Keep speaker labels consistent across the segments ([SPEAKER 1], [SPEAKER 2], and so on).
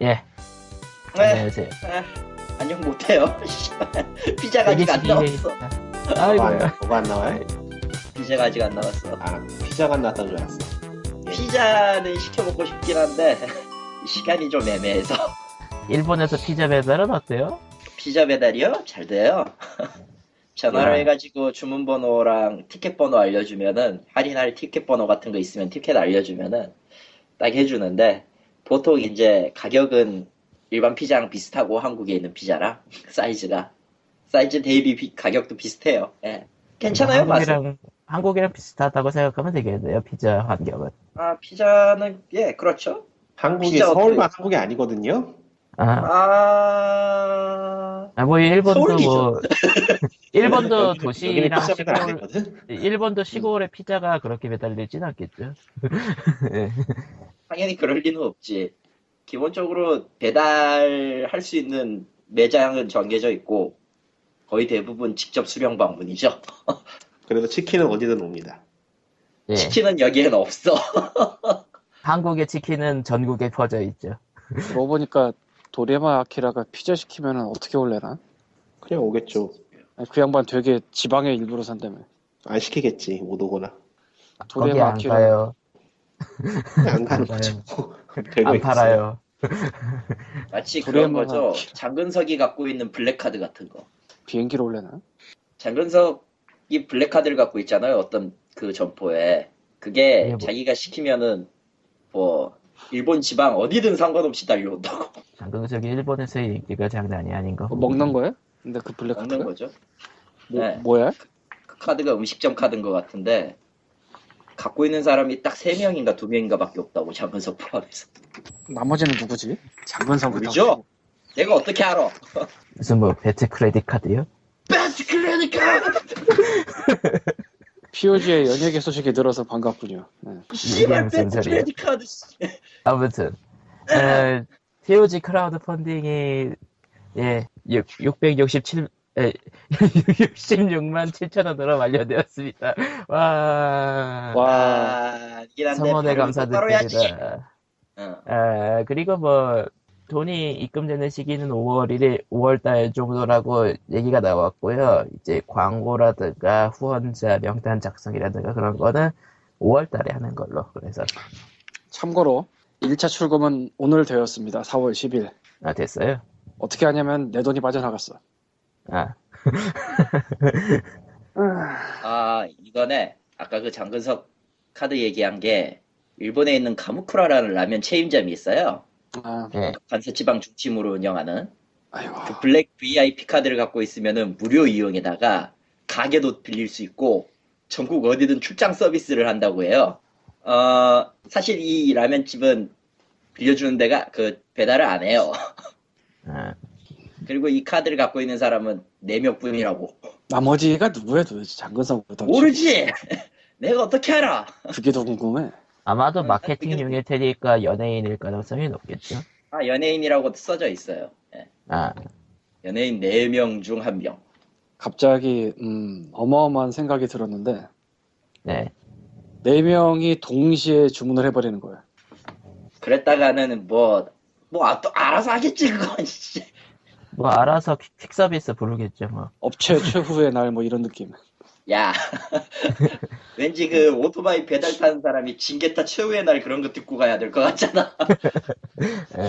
[SPEAKER 1] 예. 네,
[SPEAKER 2] 에,
[SPEAKER 1] 안녕하세요.
[SPEAKER 2] 에, 네. 안녕 못해요. 피자가 네, 아직 안 나왔어.
[SPEAKER 1] 아이고.
[SPEAKER 3] 네. 뭐가 안- 뭐가 안 나와요?
[SPEAKER 2] 피자가 아직 안 나왔어.
[SPEAKER 3] 아, 피자가 안 나왔다는 줄 알았어.
[SPEAKER 2] 피자는 시켜 먹고 싶긴 한데 시간이 좀 애매해서
[SPEAKER 3] 예.
[SPEAKER 1] 일본에서 피자 배달은 어때요?
[SPEAKER 2] 피자 배달이요? 잘 돼요. 전화를
[SPEAKER 3] 네.
[SPEAKER 2] 해가지고 주문 번호랑 티켓 번호 알려주면은 할인할 티켓 번호 같은 거 있으면 티켓 알려주면은 딱 해주는데 보통 이제 가격은 일반 피자랑 비슷하고 한국에 있는 피자랑 사이즈가 사이즈 대비 비- 가격도 비슷해요. 예. 괜찮아요, 맛은.
[SPEAKER 1] 한국이랑, 한국이랑 비슷하다고 생각하면 되겠네요. 피자 환경은.
[SPEAKER 2] 아 피자는 예 그렇죠.
[SPEAKER 3] 한국이
[SPEAKER 2] 피자 어때요?
[SPEAKER 3] 서울만 한국이 아니거든요.
[SPEAKER 1] 아,
[SPEAKER 2] 아
[SPEAKER 1] 아, 뭐 일본도
[SPEAKER 2] 서울이죠.
[SPEAKER 1] 뭐 일본도
[SPEAKER 3] 여기는- 여기는
[SPEAKER 1] 도시랑
[SPEAKER 3] 피자 배달 안
[SPEAKER 1] 시골
[SPEAKER 3] 되거든.
[SPEAKER 1] 일본도 시골에 피자가 그렇게 배달되진 않겠죠. 예.
[SPEAKER 2] 당연히 그럴 리는 없지. 기본적으로 배달할 수 있는 매장은 정해져 있고 거의 대부분 직접 수령 방문이죠.
[SPEAKER 3] 그래서 치킨은 어디든 옵니다.
[SPEAKER 4] 네.
[SPEAKER 1] 예.
[SPEAKER 2] 치킨은 여기엔 없어.
[SPEAKER 1] 한국의 치킨은 전국에 퍼져 있죠.
[SPEAKER 4] 그러고 보니까 도레마 아키라가 피자 시키면 어떻게 올래나?
[SPEAKER 3] 그냥 오겠죠.
[SPEAKER 4] 아니, 그 양반 되게 지방에 일부러 산다며.
[SPEAKER 3] 안 시키겠지. 못 오거나. 아,
[SPEAKER 1] 거기
[SPEAKER 4] 도레마
[SPEAKER 1] 안
[SPEAKER 4] 아키라
[SPEAKER 1] 가요.
[SPEAKER 3] 그냥 안
[SPEAKER 1] 안
[SPEAKER 3] 가는
[SPEAKER 1] 가요.
[SPEAKER 3] 거죠.
[SPEAKER 1] 안 팔아요.
[SPEAKER 2] 마치 그런
[SPEAKER 4] 도레마.
[SPEAKER 2] 거죠. 장근석이 갖고 있는 블랙카드 같은 거.
[SPEAKER 4] 비행기로 올래나?
[SPEAKER 2] 장근석이 블랙카드를 갖고 있잖아요. 어떤 그 점포에.
[SPEAKER 4] 네,
[SPEAKER 2] 그게
[SPEAKER 1] 예, 뭐.
[SPEAKER 2] 자기가 시키면은 뭐 일본 지방 어디든 상관없이 달려온다고
[SPEAKER 1] 장동석이 일본에서의 인기가 장난이 아닌 거.
[SPEAKER 3] 뭐
[SPEAKER 4] 어, 먹는 거야? 근데 그 블랙
[SPEAKER 2] 먹는
[SPEAKER 4] 카드가
[SPEAKER 2] 거죠.
[SPEAKER 4] 뭐,
[SPEAKER 2] 네.
[SPEAKER 4] 뭐야?
[SPEAKER 2] 그 카드가 음식점 카드인 것 같은데 갖고 있는 사람이 딱 세 명인가 두 명인가 밖에 없다고 장근석 포함해서
[SPEAKER 4] 나머지는 누구지?
[SPEAKER 1] 어,
[SPEAKER 4] 장근성
[SPEAKER 2] 우리죠? 내가 어떻게 알아? 아,
[SPEAKER 1] 무슨 뭐 배트 크레딧 카드요?
[SPEAKER 2] 베스트 클레니카!
[SPEAKER 4] POG의 연예계 소식이 늘어서 반갑군요. 네.
[SPEAKER 2] 씨발
[SPEAKER 1] 무슨
[SPEAKER 2] 베스트
[SPEAKER 1] 소리야.
[SPEAKER 2] 클레니카!
[SPEAKER 1] 아무튼
[SPEAKER 2] 네.
[SPEAKER 1] 어, 에, TOG 크라우드 펀딩이 예 6, 667 에, 66만 7천 원으로 완료되었습니다. 와,
[SPEAKER 4] 와,
[SPEAKER 2] 아, 이긴 한데
[SPEAKER 1] 성원에
[SPEAKER 2] 바로 똑바로 해야지.
[SPEAKER 1] 감사드립니다.
[SPEAKER 2] 어,
[SPEAKER 1] 아, 그리고 뭐 돈이 입금되는 시기는 5월 1일, 5월 달 정도라고 얘기가 나왔고요. 이제 광고라든가 후원자 명단 작성이라든가 그런 거는 5월 달에 하는 걸로. 그래서
[SPEAKER 4] 참고로 1차 출금은 오늘 되었습니다. 4월 10일.
[SPEAKER 1] 아 됐어요.
[SPEAKER 4] 어떻게 하냐면 내 돈이 빠져나갔어.
[SPEAKER 1] 아
[SPEAKER 2] 아 이거네 아까 그 장근석 카드 얘기한 게 일본에 있는 가무쿠라라는 라면 체인점이 있어요.
[SPEAKER 4] 아,
[SPEAKER 1] 예.
[SPEAKER 2] 관세지방 중심으로 운영하는
[SPEAKER 4] 아이고.
[SPEAKER 2] 그 블랙 VIP 카드를 갖고 있으면은 무료 이용에다가 가게도 빌릴 수 있고 전국 어디든 출장 서비스를 한다고 해요. 어, 사실 이 라면집은 빌려주는 데가 그 배달을 안 해요.
[SPEAKER 1] 아,
[SPEAKER 2] 그리고 이 카드를 갖고 있는 사람은 4명 뿐이라고.
[SPEAKER 4] 나머지가 누구야 도대체 장근성 보다.
[SPEAKER 2] 모르지! 내가 어떻게 알아?
[SPEAKER 4] 그게 더 궁금해.
[SPEAKER 1] 아마도
[SPEAKER 2] 음,
[SPEAKER 1] 마케팅용일 테니까 연예인일 가능성이 높겠죠.
[SPEAKER 2] 아, 연예인이라고 써져 있어요. 예.
[SPEAKER 1] 아,
[SPEAKER 2] 연예인 4명 중 1명.
[SPEAKER 4] 갑자기 음, 어마어마한 생각이 들었는데
[SPEAKER 1] 네.
[SPEAKER 4] 네 명이 동시에 주문을 해버리는 거야.
[SPEAKER 2] 그랬다가는 뭐, 뭐, 아, 또 알아서 하겠지, 그건. 씨.
[SPEAKER 1] 뭐 알아서 퀵- 퀵 서비스 부르겠죠, 뭐.
[SPEAKER 4] 업체 최후의 날 뭐 이런 느낌.
[SPEAKER 2] 야, 왠지 그 오토바이 배달 타는 사람이 징계타 최후의 날 그런 거 듣고 가야 될 것 같잖아.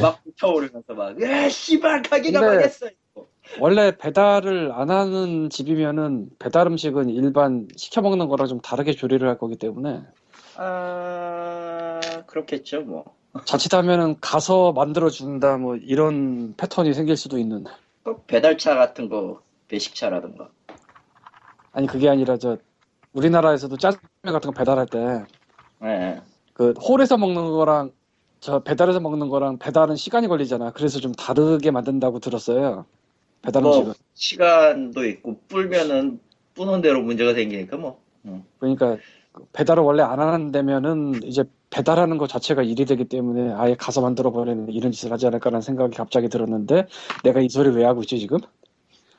[SPEAKER 2] 막 불타오르면서 막, 야, 씨발, 가게가
[SPEAKER 4] 예. 근데-
[SPEAKER 2] 망했어. 이거.
[SPEAKER 4] 원래 배달을 안 하는 집이면은 배달 음식은 일반 시켜 먹는 거랑 좀 다르게 조리를 할 거기 때문에
[SPEAKER 2] 아, 그렇겠죠, 뭐.
[SPEAKER 4] 자칫하면은 가서 만들어 준다 뭐 이런 패턴이 생길 수도 있는.
[SPEAKER 2] 꼭 배달차 같은 거, 배식차라든가.
[SPEAKER 4] 아니 그게 아니라 저 우리나라에서도 짜장면 같은 거 배달할 때 그
[SPEAKER 2] 예, 예.
[SPEAKER 4] 홀에서 먹는 거랑 저 배달에서 먹는 거랑 배달은 시간이 걸리잖아. 그래서 좀 다르게 만든다고 들었어요. 배달 음식은.
[SPEAKER 2] 뭐, 시간도 있고, 불면은, 뿌는 대로 문제가 생기니까 뭐. 응.
[SPEAKER 4] 그러니까 그 배달을 원래 안 하는 데면은 이제 배달하는 것 자체가 일이 되기 때문에 아예 가서 만들어 버리는 이런 짓을 하지 않을까라는 생각이 갑자기 들었는데 내가 이 소리를 왜 하고 있지 지금? 예,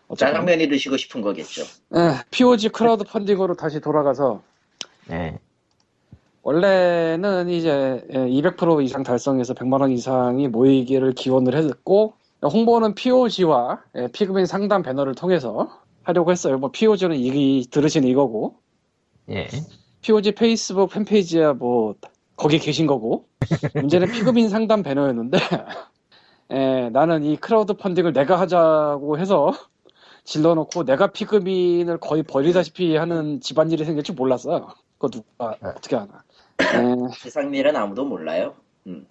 [SPEAKER 4] 어쨌든.
[SPEAKER 2] 짜장면이 드시고 싶은 거겠죠.
[SPEAKER 4] 에, POG 크라우드 펀딩으로 다시 돌아가서
[SPEAKER 1] 네.
[SPEAKER 4] 원래는 이제 예, 200% 이상 달성해서 100만 원 이상이 모이기를 기원을 했고 홍보는 POG와 예, 피그민 상담 배너를 통해서 하려고 했어요. 뭐 POG는 이 들으신 이거고
[SPEAKER 1] 예.
[SPEAKER 4] POG 페이스북 팬페이지야 뭐 거기 계신 거고 문제는 피그민 상담 배너였는데 예, 나는 이 크라우드 펀딩을 내가 하자고 해서 질러놓고 내가 피그민을 거의 버리다시피 하는 집안일이 생길 줄 몰랐어요. 그거 누가
[SPEAKER 1] 네.
[SPEAKER 4] 어떻게 하나. 예,
[SPEAKER 2] 세상일은 아무도 몰라요. 음.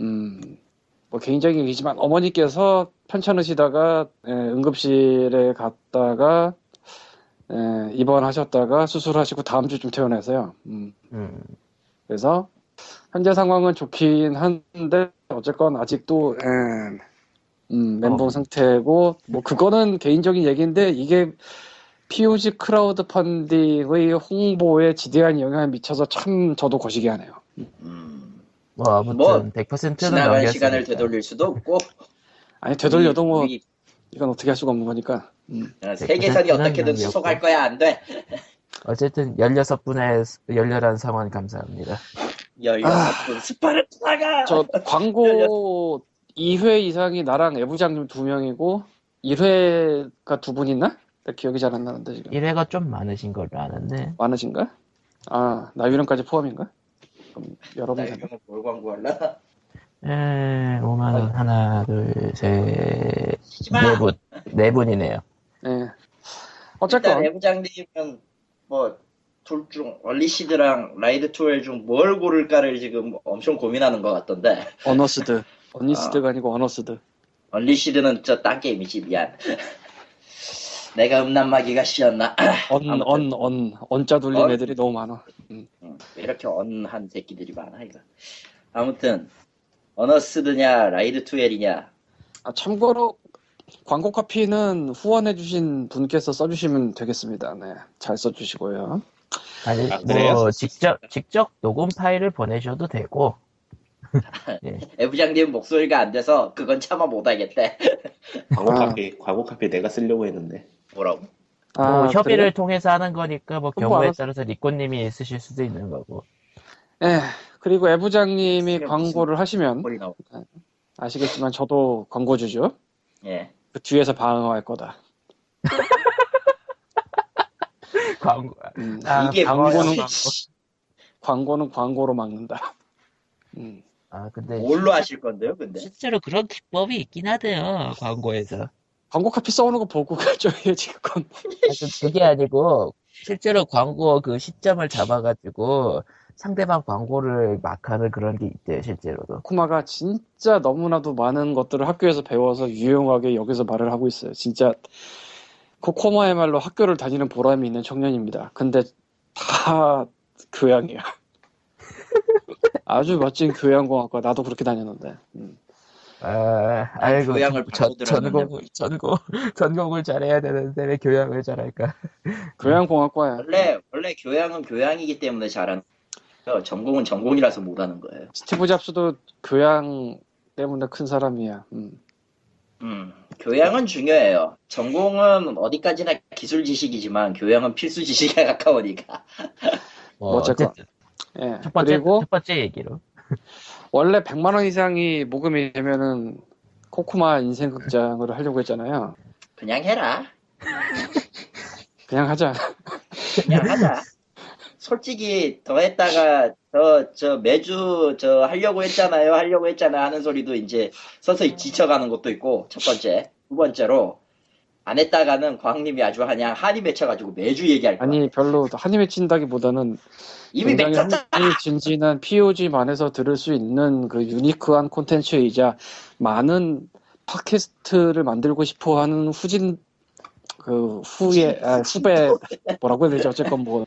[SPEAKER 4] 음, 뭐 개인적인 얘기지만 어머니께서 편찮으시다가 에, 응급실에 갔다가 에, 입원하셨다가 수술하시고 다음 주쯤 퇴원해서요. 음,
[SPEAKER 1] 음.
[SPEAKER 4] 그래서 현재 상황은 좋긴 한데 어쨌건 아직도 에, 음, 멘붕
[SPEAKER 1] 어.
[SPEAKER 4] 상태고 뭐 그거는 개인적인 얘기인데 이게 POG 크라우드 펀딩의 홍보에 지대한 영향을 미쳐서 참 저도 거시기 하네요.
[SPEAKER 2] 음.
[SPEAKER 1] 뭐 아무튼
[SPEAKER 2] 뭐,
[SPEAKER 1] 100%는
[SPEAKER 2] 지나간
[SPEAKER 1] 넘겼으니까.
[SPEAKER 2] 시간을 되돌릴 수도 없고
[SPEAKER 4] 아니 되돌려도 뭐
[SPEAKER 2] 우리
[SPEAKER 4] 이건 어떻게 할 수가 없는 거니까. 음.
[SPEAKER 2] 어, 세계선이
[SPEAKER 1] 그때는
[SPEAKER 2] 어떻게든
[SPEAKER 1] 아니었고.
[SPEAKER 2] 수속할 거야 안 돼.
[SPEAKER 1] 어쨌든 16분의 열렬한 성원 감사합니다.
[SPEAKER 2] 열여섯 분 스파르타가
[SPEAKER 4] 저 광고 2회 이상이 나랑 애부장님 두 명이고 1회가 두 분 있나? 나 기억이 잘 안 나는데 지금.
[SPEAKER 1] 1회가 좀 많으신 걸로 아는데
[SPEAKER 4] 많으신가? 아, 나유령까지 포함인가? 그럼 여러분
[SPEAKER 2] 나
[SPEAKER 4] 잘.
[SPEAKER 2] 이거는 뭘 광고할라?
[SPEAKER 1] 에, 5만 원 예, 하나 둘셋네분네 뭐,
[SPEAKER 2] 하지마.
[SPEAKER 1] 분이네요.
[SPEAKER 4] 예.
[SPEAKER 2] 일단
[SPEAKER 4] 어쨌건
[SPEAKER 2] 애부장님은 뭐, 뭐둘중 얼리시드랑 라이드 투엘 중 뭘 고를까를 지금 엄청 고민하는 것 같던데
[SPEAKER 4] 어너스드. 언니스드가 아니고 어너스드.
[SPEAKER 2] 얼리시드는 저 딴 게임이지 미안. 내가 음란마귀가 씌었나?
[SPEAKER 4] 언
[SPEAKER 2] 아무튼.
[SPEAKER 4] 언 언 언자 돌린
[SPEAKER 2] 언?
[SPEAKER 4] 애들이 너무 많아.
[SPEAKER 2] 음, 왜 이렇게 언한 새끼들이 많아 이거. 아무튼 어너스드냐 라이드 투엘이냐
[SPEAKER 4] 아, 참고로 광고 카피는 후원해주신 분께서 써주시면 되겠습니다. 네, 잘 써주시고요.
[SPEAKER 1] 아니
[SPEAKER 3] 아,
[SPEAKER 1] 뭐
[SPEAKER 3] 그래요?
[SPEAKER 1] 직접 직접 녹음 파일을 보내셔도 되고
[SPEAKER 2] 애부장님 목소리가 안 돼서 그건 참아 못하겠대.
[SPEAKER 3] 광고
[SPEAKER 4] 아.
[SPEAKER 3] 카피 광고 카피 내가 쓰려고 했는데
[SPEAKER 2] 뭐라고?
[SPEAKER 1] 뭐 협의를
[SPEAKER 4] 그래요?
[SPEAKER 1] 통해서 하는 거니까 뭐
[SPEAKER 4] 그럼
[SPEAKER 1] 경우에
[SPEAKER 4] 알았어.
[SPEAKER 1] 따라서 리코님이 있으실 수도 있는 거고.
[SPEAKER 4] 예, 그리고 애부장님이
[SPEAKER 2] 무슨-
[SPEAKER 4] 광고를 하시면
[SPEAKER 2] 소리 나오.
[SPEAKER 4] 아시겠지만 저도 광고주죠.
[SPEAKER 2] 예.
[SPEAKER 4] 그 뒤에서 방어할 거다.
[SPEAKER 1] 광고
[SPEAKER 4] 음,
[SPEAKER 1] 아,
[SPEAKER 2] 이게
[SPEAKER 1] 광고는
[SPEAKER 2] 뭐야?
[SPEAKER 1] 광고.
[SPEAKER 4] 광고는 광고로 막는다. 음,
[SPEAKER 1] 아 근데
[SPEAKER 2] 뭘로 하실 건데요, 근데?
[SPEAKER 1] 실제로 그런 기법이 있긴 하대요 광고에서.
[SPEAKER 4] 광고 카피 써오는 거 보고 결정해요 지금 건.
[SPEAKER 1] 하여튼 그게 아니고 실제로 광고 그 시점을 잡아가지고 상대방 광고를 막하는 그런 게 있대요 실제로도.
[SPEAKER 4] 코마가 진짜 너무나도 많은 것들을 학교에서 배워서 유용하게 여기서 말을 하고 있어요. 진짜 그 코코마야말로 학교를 다니는 보람이 있는 청년입니다. 근데 다 교양이야. 아주 멋진 교양공학과 나도 그렇게 다녔는데. 음.
[SPEAKER 1] 아 아이고
[SPEAKER 2] 교양을
[SPEAKER 1] 전,
[SPEAKER 2] 받고
[SPEAKER 1] 전공 전공 전공을 잘해야 되는데 왜 교양을 잘할까?
[SPEAKER 4] 교양공학과야.
[SPEAKER 2] 원래 원래 교양은 교양이기 때문에 잘하는 거예요. 전공은 전공이라서 못하는 거예요.
[SPEAKER 4] 스티브 잡스도 교양 때문에 큰 사람이야. 음.
[SPEAKER 2] 음, 교양은 중요해요. 전공은 어디까지나 기술 지식이지만 교양은 필수 지식에 가까우니까.
[SPEAKER 1] 뭐
[SPEAKER 4] 뭐 어쨌건.
[SPEAKER 1] 어쨌든
[SPEAKER 4] 예.
[SPEAKER 1] 첫 번째
[SPEAKER 4] 그리고
[SPEAKER 1] 첫 번째 얘기로.
[SPEAKER 4] 원래 100만 원 이상이 모금이 되면은 코코마 인생극장을 하려고 했잖아요.
[SPEAKER 2] 그냥 해라.
[SPEAKER 4] 그냥 하자.
[SPEAKER 2] 그냥 하자. 솔직히 더 했다가 더 저 매주 저 하려고 했잖아요, 하려고 했잖아 하는 소리도 이제 서서히 지쳐가는 것도 있고 첫 번째, 두 번째로 안 했다가는 광님이 아주 그냥 한이 맺혀가지고 매주 얘기할 거야.
[SPEAKER 4] 아니 별로 한입에 친다기보다는
[SPEAKER 2] 이미
[SPEAKER 4] 굉장히
[SPEAKER 2] 맺혔잖아.
[SPEAKER 4] 한이 진진한 POG만에서 들을 수 있는 그 유니크한 콘텐츠이자 많은 팟캐스트를 만들고 싶어 하는 후진 그 후에 아, 후배 뭐라고 해야 되지 어쨌건 뭐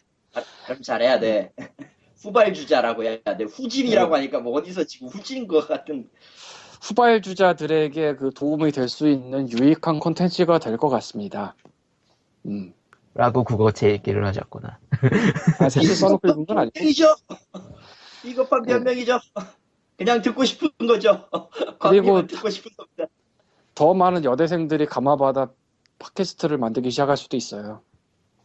[SPEAKER 2] 그럼 잘해야 돼. 후발주자라고 해야 돼.
[SPEAKER 4] 네.
[SPEAKER 2] 후진이라고 하니까 뭐 어디서 지금 후진인 것 같은.
[SPEAKER 4] 후발주자들에게 그 도움이 될 수 있는 유익한 콘텐츠가 될 것 같습니다. 음.
[SPEAKER 1] 라고 국어 제 얘기를 하셨구나.
[SPEAKER 4] 아, 사실 써놓고 읽은 건 네. 아니고.
[SPEAKER 2] 명이죠? 이것만 몇 명이죠? 그냥 듣고 싶은 거죠. 광님은 듣고 싶은 겁니다.
[SPEAKER 4] 더 많은 여대생들이 감화받아 팟캐스트를 만들기 시작할 수도 있어요.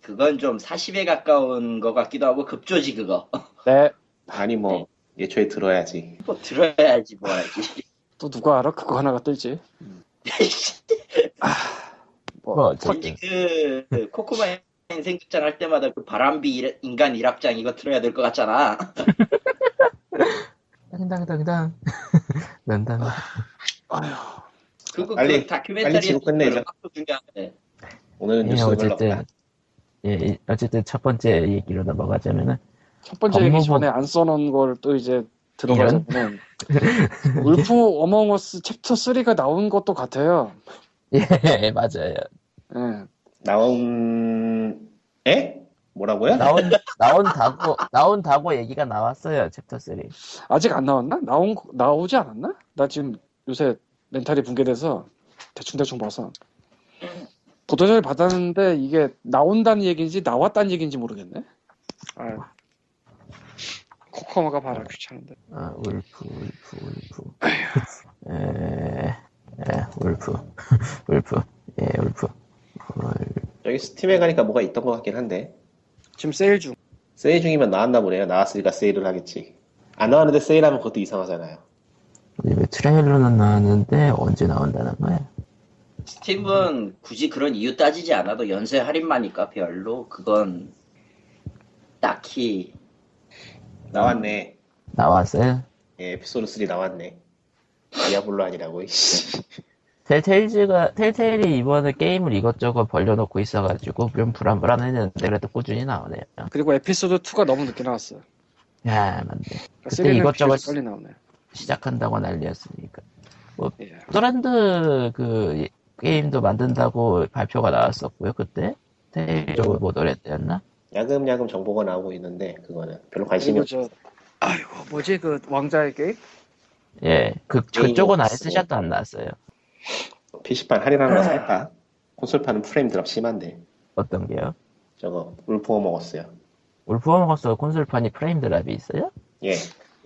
[SPEAKER 2] 그건 좀 40에 가까운 것 같기도 하고 급조지 그거.
[SPEAKER 4] 네.
[SPEAKER 3] 아니 뭐
[SPEAKER 1] 네.
[SPEAKER 3] 예초에 들어야지.
[SPEAKER 2] 뭐 들어야지 뭐 하지.
[SPEAKER 4] 또 누가 알아? 그거 하나가 뜰지.
[SPEAKER 1] 뭐
[SPEAKER 4] 뭐,
[SPEAKER 1] 어쨌든
[SPEAKER 3] 네.
[SPEAKER 2] 그, 그 코코마 인생극장 할 때마다 그 바람비 일- 인간 일합장 이거 틀어야 될 것 같잖아.
[SPEAKER 1] 당당당당 난당
[SPEAKER 3] 아,
[SPEAKER 4] 아휴,
[SPEAKER 2] 그거
[SPEAKER 3] 빨리-
[SPEAKER 2] 그 다큐멘터리
[SPEAKER 3] 빨리 지금 끝내자.
[SPEAKER 2] 중요한데.
[SPEAKER 3] 오늘은
[SPEAKER 1] 예,
[SPEAKER 3] 뉴스
[SPEAKER 1] 어쨌든 예, 예, 어쨌든 첫 번째 얘기로 넘어가자면은
[SPEAKER 4] 첫 번째 얘기
[SPEAKER 1] 업무 보-
[SPEAKER 4] 전에 안 써놓은 걸 또 이제 들어가자면 울프 어몽어스 챕터 3가 나온 것도 같아요.
[SPEAKER 1] 예 맞아요
[SPEAKER 4] 예.
[SPEAKER 3] 나온 에? 뭐라고요?
[SPEAKER 1] 나온 나온다고 나온다고 얘기가 나왔어요 챕터 3
[SPEAKER 4] 아직 안 나왔나? 나온 거- 나오지 않았나? 나 지금 요새 멘탈이 붕괴돼서 대충 대충 봐서 보도자료 받았는데 이게 나온다는 얘기인지 나왔다는 얘기인지 모르겠네. 아, 코코마가 봐라 귀찮은데.
[SPEAKER 1] 아, 울프, 울프, 울프. 에, 에, 울프. 울프. 예, 울프. 어, 울-
[SPEAKER 3] 여기 스팀에 가니까 뭐가 있던 것 같긴 한데
[SPEAKER 4] 지금 세일 중.
[SPEAKER 3] 세일 중이면 나왔나 보네요. 나왔으니까 세일을 하겠지. 안 나왔는데 세일하면 그것도 이상하잖아요.
[SPEAKER 1] 근데 왜 트레일러는 나왔는데 언제 나온다는 거야?
[SPEAKER 2] 스팀은 굳이 그런 이유 따지지 않아도 연쇄 할인마니까 별로 그건 딱히
[SPEAKER 3] 나왔네.
[SPEAKER 1] 나왔어요?
[SPEAKER 3] 예, 에피소드 3 나왔네. 디아블로 아니라고. 이씨.
[SPEAKER 1] 텔테일즈가, 텔테일이 이번에 게임을 이것저것 벌려놓고 있어가지고 좀 불안불안했는데 그래도 꾸준히 나오네요.
[SPEAKER 4] 그리고 에피소드 2가 너무 늦게 나왔어.
[SPEAKER 1] 야, 맞네.
[SPEAKER 4] 그러니까
[SPEAKER 1] 그때
[SPEAKER 4] 3는
[SPEAKER 1] 이것저것
[SPEAKER 4] 비교적 빨리 나오네.
[SPEAKER 1] 시작한다고 난리였으니까.
[SPEAKER 4] 예.
[SPEAKER 1] 토란드 그 게임도 만든다고 발표가 나왔었고요, 그때? 테일 쪽을 보도를 했대였나?
[SPEAKER 3] 야금야금 정보가 나오고 있는데 그거는 별로 관심이
[SPEAKER 4] 그리고
[SPEAKER 3] 없.
[SPEAKER 4] 저 아이고 뭐지 그 왕자의 게임?
[SPEAKER 1] 예, 그, 그쪽은 아예
[SPEAKER 3] 없어.
[SPEAKER 1] 스샷도 안 나왔어요.
[SPEAKER 3] PC판 할인하는 거 살까? 콘솔판은 프레임 드랍 심한데
[SPEAKER 1] 어떤 게요?
[SPEAKER 3] 저거 울포어 먹었어요.
[SPEAKER 1] 울프워머스 콘솔판이 프레임 드랍이 있어요? 그
[SPEAKER 3] 예,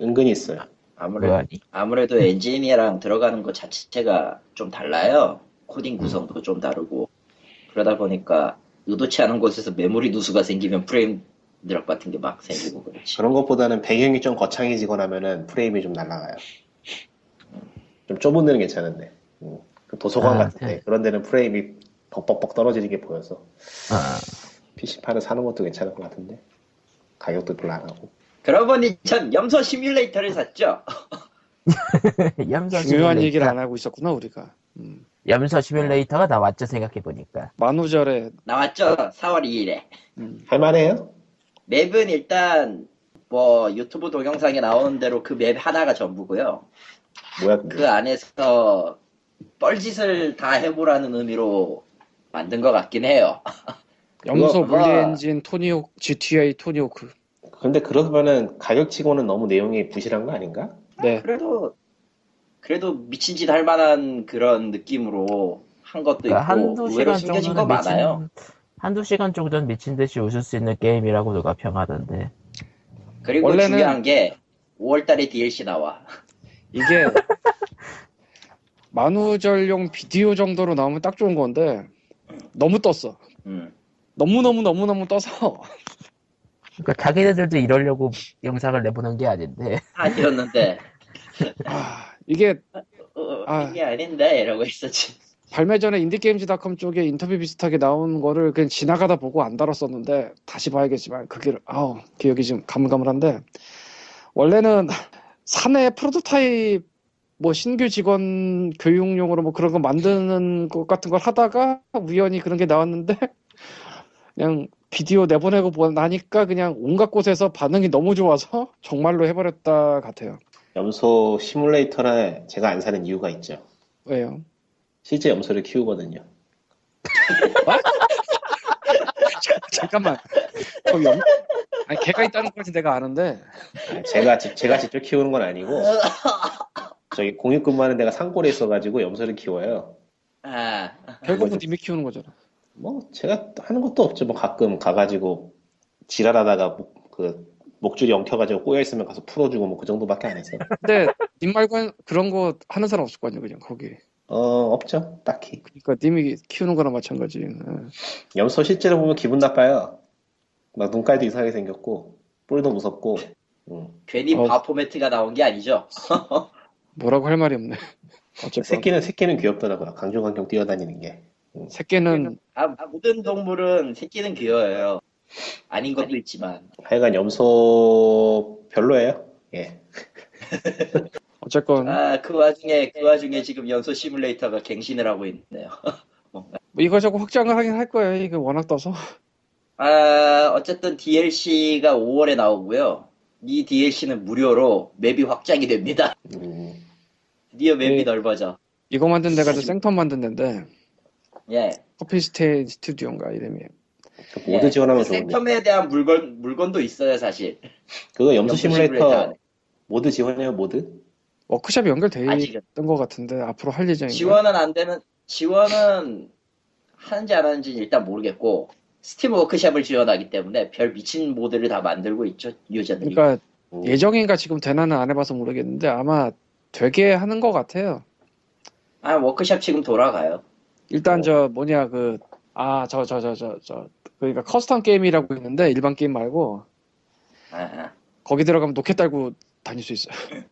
[SPEAKER 3] 은근히 있어요.
[SPEAKER 1] 왜
[SPEAKER 2] 아무래도
[SPEAKER 1] 아니?
[SPEAKER 2] 아무래도 엔지니어랑 들어가는 것 자체가 좀 달라요. 코딩 구성도 좀 다르고 그러다 보니까 의도치 않은 곳에서 메모리 누수가 생기면 프레임 드랍 같은 게 막 생기고 그렇지.
[SPEAKER 3] 그런 것보다는 배경이 좀 거창해지거나 하면은 프레임이 좀 날아가요. 좀 좁은 데는 괜찮은데. 음, 그 도서관
[SPEAKER 1] 아,
[SPEAKER 3] 같은데
[SPEAKER 1] 네.
[SPEAKER 3] 그런 데는 프레임이 벅벅벅 떨어지는 게 보여서
[SPEAKER 1] 어,
[SPEAKER 3] PC판을 사는 것도 괜찮을 것 같은데 가격도 별로 안 하고
[SPEAKER 2] 그러고 보니 전 염소 시뮬레이터를 샀죠.
[SPEAKER 1] 염소
[SPEAKER 4] 중요한
[SPEAKER 1] 시뮬레이터-
[SPEAKER 4] 얘기를 안 하고 있었구나 우리가. 음.
[SPEAKER 1] 염소 시뮬레이터가 나왔죠 생각해보니까.
[SPEAKER 4] 만우절에
[SPEAKER 2] 나왔죠. 4월 2일에.
[SPEAKER 4] 음.
[SPEAKER 3] 할만해요?
[SPEAKER 2] 맵은 일단 뭐 유튜브 동영상에 나오는 대로 그 맵 하나가 전부고요.
[SPEAKER 3] 뭐야 근데
[SPEAKER 2] 그 안에서 뻘짓을 다 해보라는 의미로 만든 것 같긴 해요.
[SPEAKER 4] 염소
[SPEAKER 2] 그거-
[SPEAKER 4] 물리 엔진 토니오 GTA 토니오크.
[SPEAKER 3] 근데 그러면은 가격치고는 너무 내용이 부실한 거 아닌가?
[SPEAKER 4] 네.
[SPEAKER 2] 그래도 그래도 미친 짓 할 만한 그런 느낌으로 한 것도 있고
[SPEAKER 1] 그러니까 한두
[SPEAKER 2] 의외로
[SPEAKER 1] 시간
[SPEAKER 2] 숨겨진
[SPEAKER 1] 정도는
[SPEAKER 2] 거 많아요.
[SPEAKER 1] 미친, 한두 시간 정도는 미친 듯이 웃을 수 있는 게임이라고 누가 평하던데.
[SPEAKER 2] 그리고
[SPEAKER 4] 원래는-
[SPEAKER 2] 중요한 게 5월달에 DLC 나와.
[SPEAKER 4] 이게 만우절용 비디오 정도로 나오면 딱 좋은 건데 너무 떴어.
[SPEAKER 2] 음.
[SPEAKER 4] 너무 너무 너무 너무 떠서
[SPEAKER 1] 그러니까 자기네들도 이러려고 영상을 내보는 게 아닌데.
[SPEAKER 2] 아니었는데
[SPEAKER 4] 아, 이게
[SPEAKER 2] 어,
[SPEAKER 4] 아.
[SPEAKER 2] 이게 아닌데 이러고 있었지.
[SPEAKER 4] 발매 전에 인디게임즈닷컴 쪽에 인터뷰 비슷하게 나온 거를 그냥 지나가다 보고 안 다뤘었는데 다시 봐야겠지만 그게 아우 기억이 지금 가물가물한데 원래는 사내 프로토타입 뭐 신규 직원 교육용으로 뭐 그런 거 만드는 것 같은 걸 하다가 우연히 그런 게 나왔는데 그냥 비디오 내보내고 보- 나니까 그냥 온갖 곳에서 반응이 너무 좋아서 정말로 해버렸다 같아요.
[SPEAKER 3] 염소 시뮬레이터를 제가 안 사는 이유가 있죠.
[SPEAKER 4] 왜요?
[SPEAKER 3] 실제 염소를 키우거든요.
[SPEAKER 4] 잠깐만. 그럼 어, 연... 아니 걔가 있다는 건지 내가 아는데
[SPEAKER 3] 아, 제가 직- 제가 직접 키우는 건 아니고 저기 공익 근무하는 데가 산골에 있어가지고 염소를 키워요.
[SPEAKER 2] 아,
[SPEAKER 4] 결국은 님이 키우는 거잖아.
[SPEAKER 3] 뭐 제가 하는 것도 없죠. 뭐 가끔 가가지고 지랄하다가 목, 그 목줄이 엉켜가지고 꼬여 있으면 가서 풀어주고 뭐 그 정도밖에 안 해서.
[SPEAKER 4] 근데 님 말고 한- 그런 거 하는 사람 없을 거 아니에요, 그냥 거기.
[SPEAKER 3] 어 없죠. 딱히
[SPEAKER 4] 그러니까 님이 키우는 거랑 마찬가지. 예.
[SPEAKER 3] 염소 실제로 보면 기분 나빠요. 막 눈깔도 이상하게 생겼고 뿔도 무섭고 음.
[SPEAKER 2] 괜히
[SPEAKER 4] 어.
[SPEAKER 2] 바 포매트가 나온 게 아니죠.
[SPEAKER 4] 뭐라고 할 말이 없네. 어쨌건
[SPEAKER 3] 새끼는 새끼는 귀엽더라고요. 강조강경 뛰어다니는 게.
[SPEAKER 4] 새끼는
[SPEAKER 2] 아, 모든 동물은 새끼는 귀여워요. 아닌 것도 있지만
[SPEAKER 3] 하여간 염소 별로예요. 예.
[SPEAKER 4] 어쨌건
[SPEAKER 2] 아 그 와중에 그 와중에 지금 연소 시뮬레이터가 갱신을 하고 있네요.
[SPEAKER 4] 뭐 이거저거 확장을 하긴 할 거예요. 이게 워낙 떠서
[SPEAKER 2] 아 어쨌든 DLC가 5월에 나오고요. 이 DLC는 무료로 맵이 확장이 됩니다.
[SPEAKER 3] 음.
[SPEAKER 2] 드디어 맵이
[SPEAKER 4] 네.
[SPEAKER 2] 넓어져.
[SPEAKER 4] 이거 만든 데가 저 생텀 만든 데인데
[SPEAKER 2] 예.
[SPEAKER 4] 커피스테이 스튜디오인가 이름이.
[SPEAKER 3] 그 모두 지원하면
[SPEAKER 2] 그
[SPEAKER 3] 좋은데.
[SPEAKER 2] 생텀에 대한 물건 물건도 있어요 사실.
[SPEAKER 3] 그거 염소 시뮬레이터
[SPEAKER 2] 안에.
[SPEAKER 3] 모드 지원해요 모드?
[SPEAKER 4] 워크숍이
[SPEAKER 3] 네.
[SPEAKER 4] 연결돼
[SPEAKER 2] 아직은.
[SPEAKER 4] 있던 것 같은데 앞으로 할 예정인가?
[SPEAKER 2] 지원은 안 되는 지원은 하는지 안 하는지 는 일단 모르겠고 스팀 워크샵을 지원하기 때문에 별 미친 모드를 다 만들고 있죠 유저들이.
[SPEAKER 4] 그러니까
[SPEAKER 3] 음.
[SPEAKER 4] 예정인가 지금 되나는 안 해봐서 모르겠는데 아마 되게 하는 것 같아요.
[SPEAKER 2] 아 워크샵 지금 돌아가요.
[SPEAKER 4] 일단
[SPEAKER 3] 어.
[SPEAKER 4] 저 뭐냐 그 아 저 저 저 저 저 그러니까 커스텀 게임이라고 있는데 일반 게임 말고
[SPEAKER 2] 아, 아.
[SPEAKER 4] 거기 들어가면 노켓 달고 다닐 수 있어요. 그러니까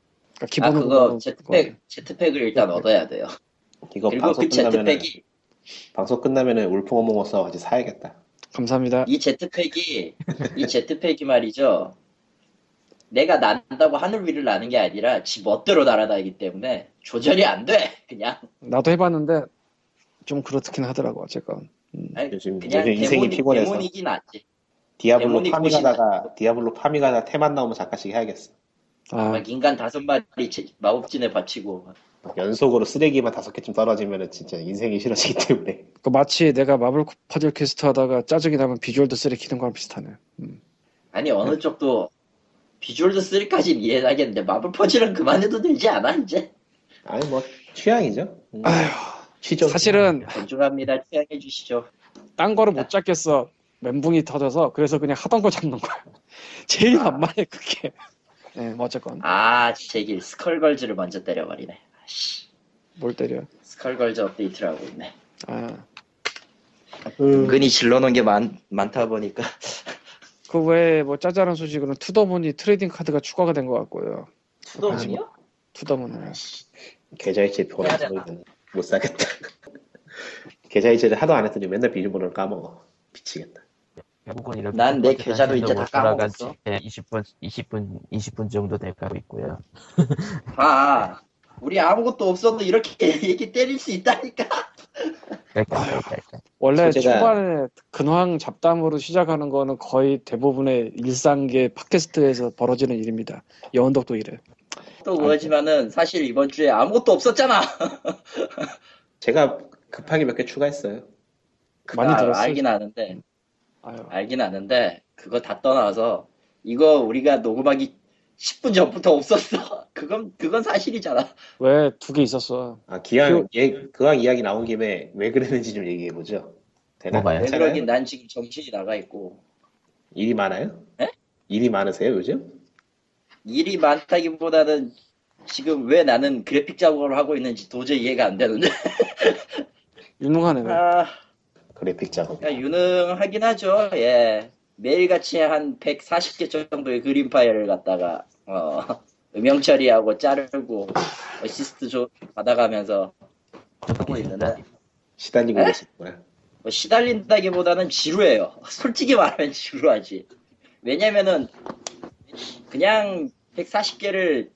[SPEAKER 2] 아
[SPEAKER 4] 기본으로
[SPEAKER 2] 그거
[SPEAKER 4] 그거-
[SPEAKER 2] 제트팩 제트팩을 일단 얻어야 돼요. 그리고
[SPEAKER 3] 이거 네. 방송
[SPEAKER 2] 그
[SPEAKER 3] 끝나면은
[SPEAKER 2] 제트팩이
[SPEAKER 3] 방송 끝나면은 울풍 어몽어스와 같이 사야겠다. 아.
[SPEAKER 4] 감사합니다.
[SPEAKER 2] 이 제트팩이 이 제트팩이 말이죠. 내가 난다고 하늘 위를 나는 게 아니라 지 멋대로 날아다니기 때문에 조절이 안 돼. 그냥
[SPEAKER 4] 나도 해봤는데 좀 그렇긴 하더라고 어쨌건.
[SPEAKER 2] 아니,
[SPEAKER 3] 요즘
[SPEAKER 2] 그냥
[SPEAKER 3] 요즘 인생이
[SPEAKER 2] 데모니,
[SPEAKER 3] 피곤해서.
[SPEAKER 2] 데모니기 낫지.
[SPEAKER 3] 디아블로
[SPEAKER 2] 데모닉
[SPEAKER 3] 파밍하다가 디아블로 파밍하다 테만 나오면 잠깐씩 해야겠어.
[SPEAKER 4] 아
[SPEAKER 2] 막 인간 다섯 마리 제- 마법진에 바치고
[SPEAKER 3] 연속으로 쓰레기만 다섯 개쯤 떨어지면은 진짜 인생이 싫어지기 때문에.
[SPEAKER 4] 그 마치 내가 마블 퍼즐 퀘스트 하다가 짜증이 나면 비주얼도 쓰레기는 거랑 비슷하네. 음.
[SPEAKER 2] 아니
[SPEAKER 3] 네.
[SPEAKER 2] 어느 쪽도 비주얼도 쓰리까지는 이해하겠는데 마블 퍼즐은 그만해도 되지 않아 이제
[SPEAKER 3] 아니 뭐 취향이죠. 음. 취적.
[SPEAKER 4] 사실은
[SPEAKER 2] 존중합니다 취향해 주시죠
[SPEAKER 4] 딴 거를 못 잡겠어. 멘붕이 터져서 그래서 그냥 하던 거 잡는 거야. 제일
[SPEAKER 2] 아.
[SPEAKER 4] 만만해 그게. 네, 뭐 어쨌건
[SPEAKER 2] 아 제길 스컬걸즈를 먼저 때려버리네 아씨
[SPEAKER 4] 뭘 때려.
[SPEAKER 2] 스컬걸즈 업데이트를 하고 있네
[SPEAKER 4] 아.
[SPEAKER 3] 음.
[SPEAKER 2] 은근히 질러놓은 게 많, 많다 보니까
[SPEAKER 4] 그 외에 뭐 짜잘한 소식으로는 투더머니 트레이딩 카드가 추가가 된 것 같고요.
[SPEAKER 2] 수동이요?
[SPEAKER 4] 투더머니.
[SPEAKER 3] 계좌이체 보라
[SPEAKER 2] 해야 되나?
[SPEAKER 3] 못 사겠다. 계좌이체를 하도 안 했더니 맨날 비밀번호를 까먹어. 미치겠다.
[SPEAKER 1] 결국은 이렇게
[SPEAKER 2] 난내
[SPEAKER 1] 첫 번째
[SPEAKER 2] 계좌도
[SPEAKER 1] 단신도
[SPEAKER 2] 이제
[SPEAKER 1] 못
[SPEAKER 2] 다
[SPEAKER 1] 돌아간
[SPEAKER 2] 까먹었어.
[SPEAKER 1] 채 20분 20분 20분 정도 될까고 있고요.
[SPEAKER 2] 아 우리 아무것도 없어도 이렇게 얘기 때릴 수 있다니까
[SPEAKER 4] 원래
[SPEAKER 3] 소재가-
[SPEAKER 4] 초반에 근황 잡담으로 시작하는 거는 거의 대부분의 일상계 팟캐스트에서 벌어지는 일입니다. 여운덕도 이래.
[SPEAKER 2] 또 그러지만은 사실 이번 주에 아무것도 없었잖아
[SPEAKER 3] 제가 급하게 몇 개 추가했어요.
[SPEAKER 4] 많이
[SPEAKER 2] 아,
[SPEAKER 4] 들었어요.
[SPEAKER 2] 알긴 아는데
[SPEAKER 4] 아유.
[SPEAKER 2] 알긴 아는데 그거 다 떠나서 이거 우리가 녹음하기 10분 전부터 없었어. 그건 그건 사실이잖아.
[SPEAKER 4] 왜 두 개 있었어?
[SPEAKER 3] 아 기왕 예, 그왕 이야기 나온 김에 왜 그랬는지 좀 얘기해 보죠. 되나?
[SPEAKER 1] 뭐가요?
[SPEAKER 2] 왜
[SPEAKER 3] 괜찮아요?
[SPEAKER 2] 그러긴 난 지금 정신이 나가 있고
[SPEAKER 3] 일이 많아요?
[SPEAKER 2] 네?
[SPEAKER 3] 일이 많으세요 요즘?
[SPEAKER 2] 일이 많다기보다는 지금 왜 나는 그래픽 작업을 하고 있는지 도저히 이해가 안 되는데.
[SPEAKER 4] 유능하네. 왜.
[SPEAKER 2] 아,
[SPEAKER 3] 그래픽 작업.
[SPEAKER 2] 그러니까 유능하긴 하죠. 예. 매일같이 한 140개 정도의 그림 파일을 갖다가 어, 음영 처리하고 자르고 뭐 어시스트 조, 받아가면서 하고 있는데
[SPEAKER 3] 시달리고
[SPEAKER 2] 에?
[SPEAKER 3] 계시구나.
[SPEAKER 2] 뭐 시달린다기보다는 지루해요. 솔직히 말하면 지루하지. 왜냐면은 그냥 140개를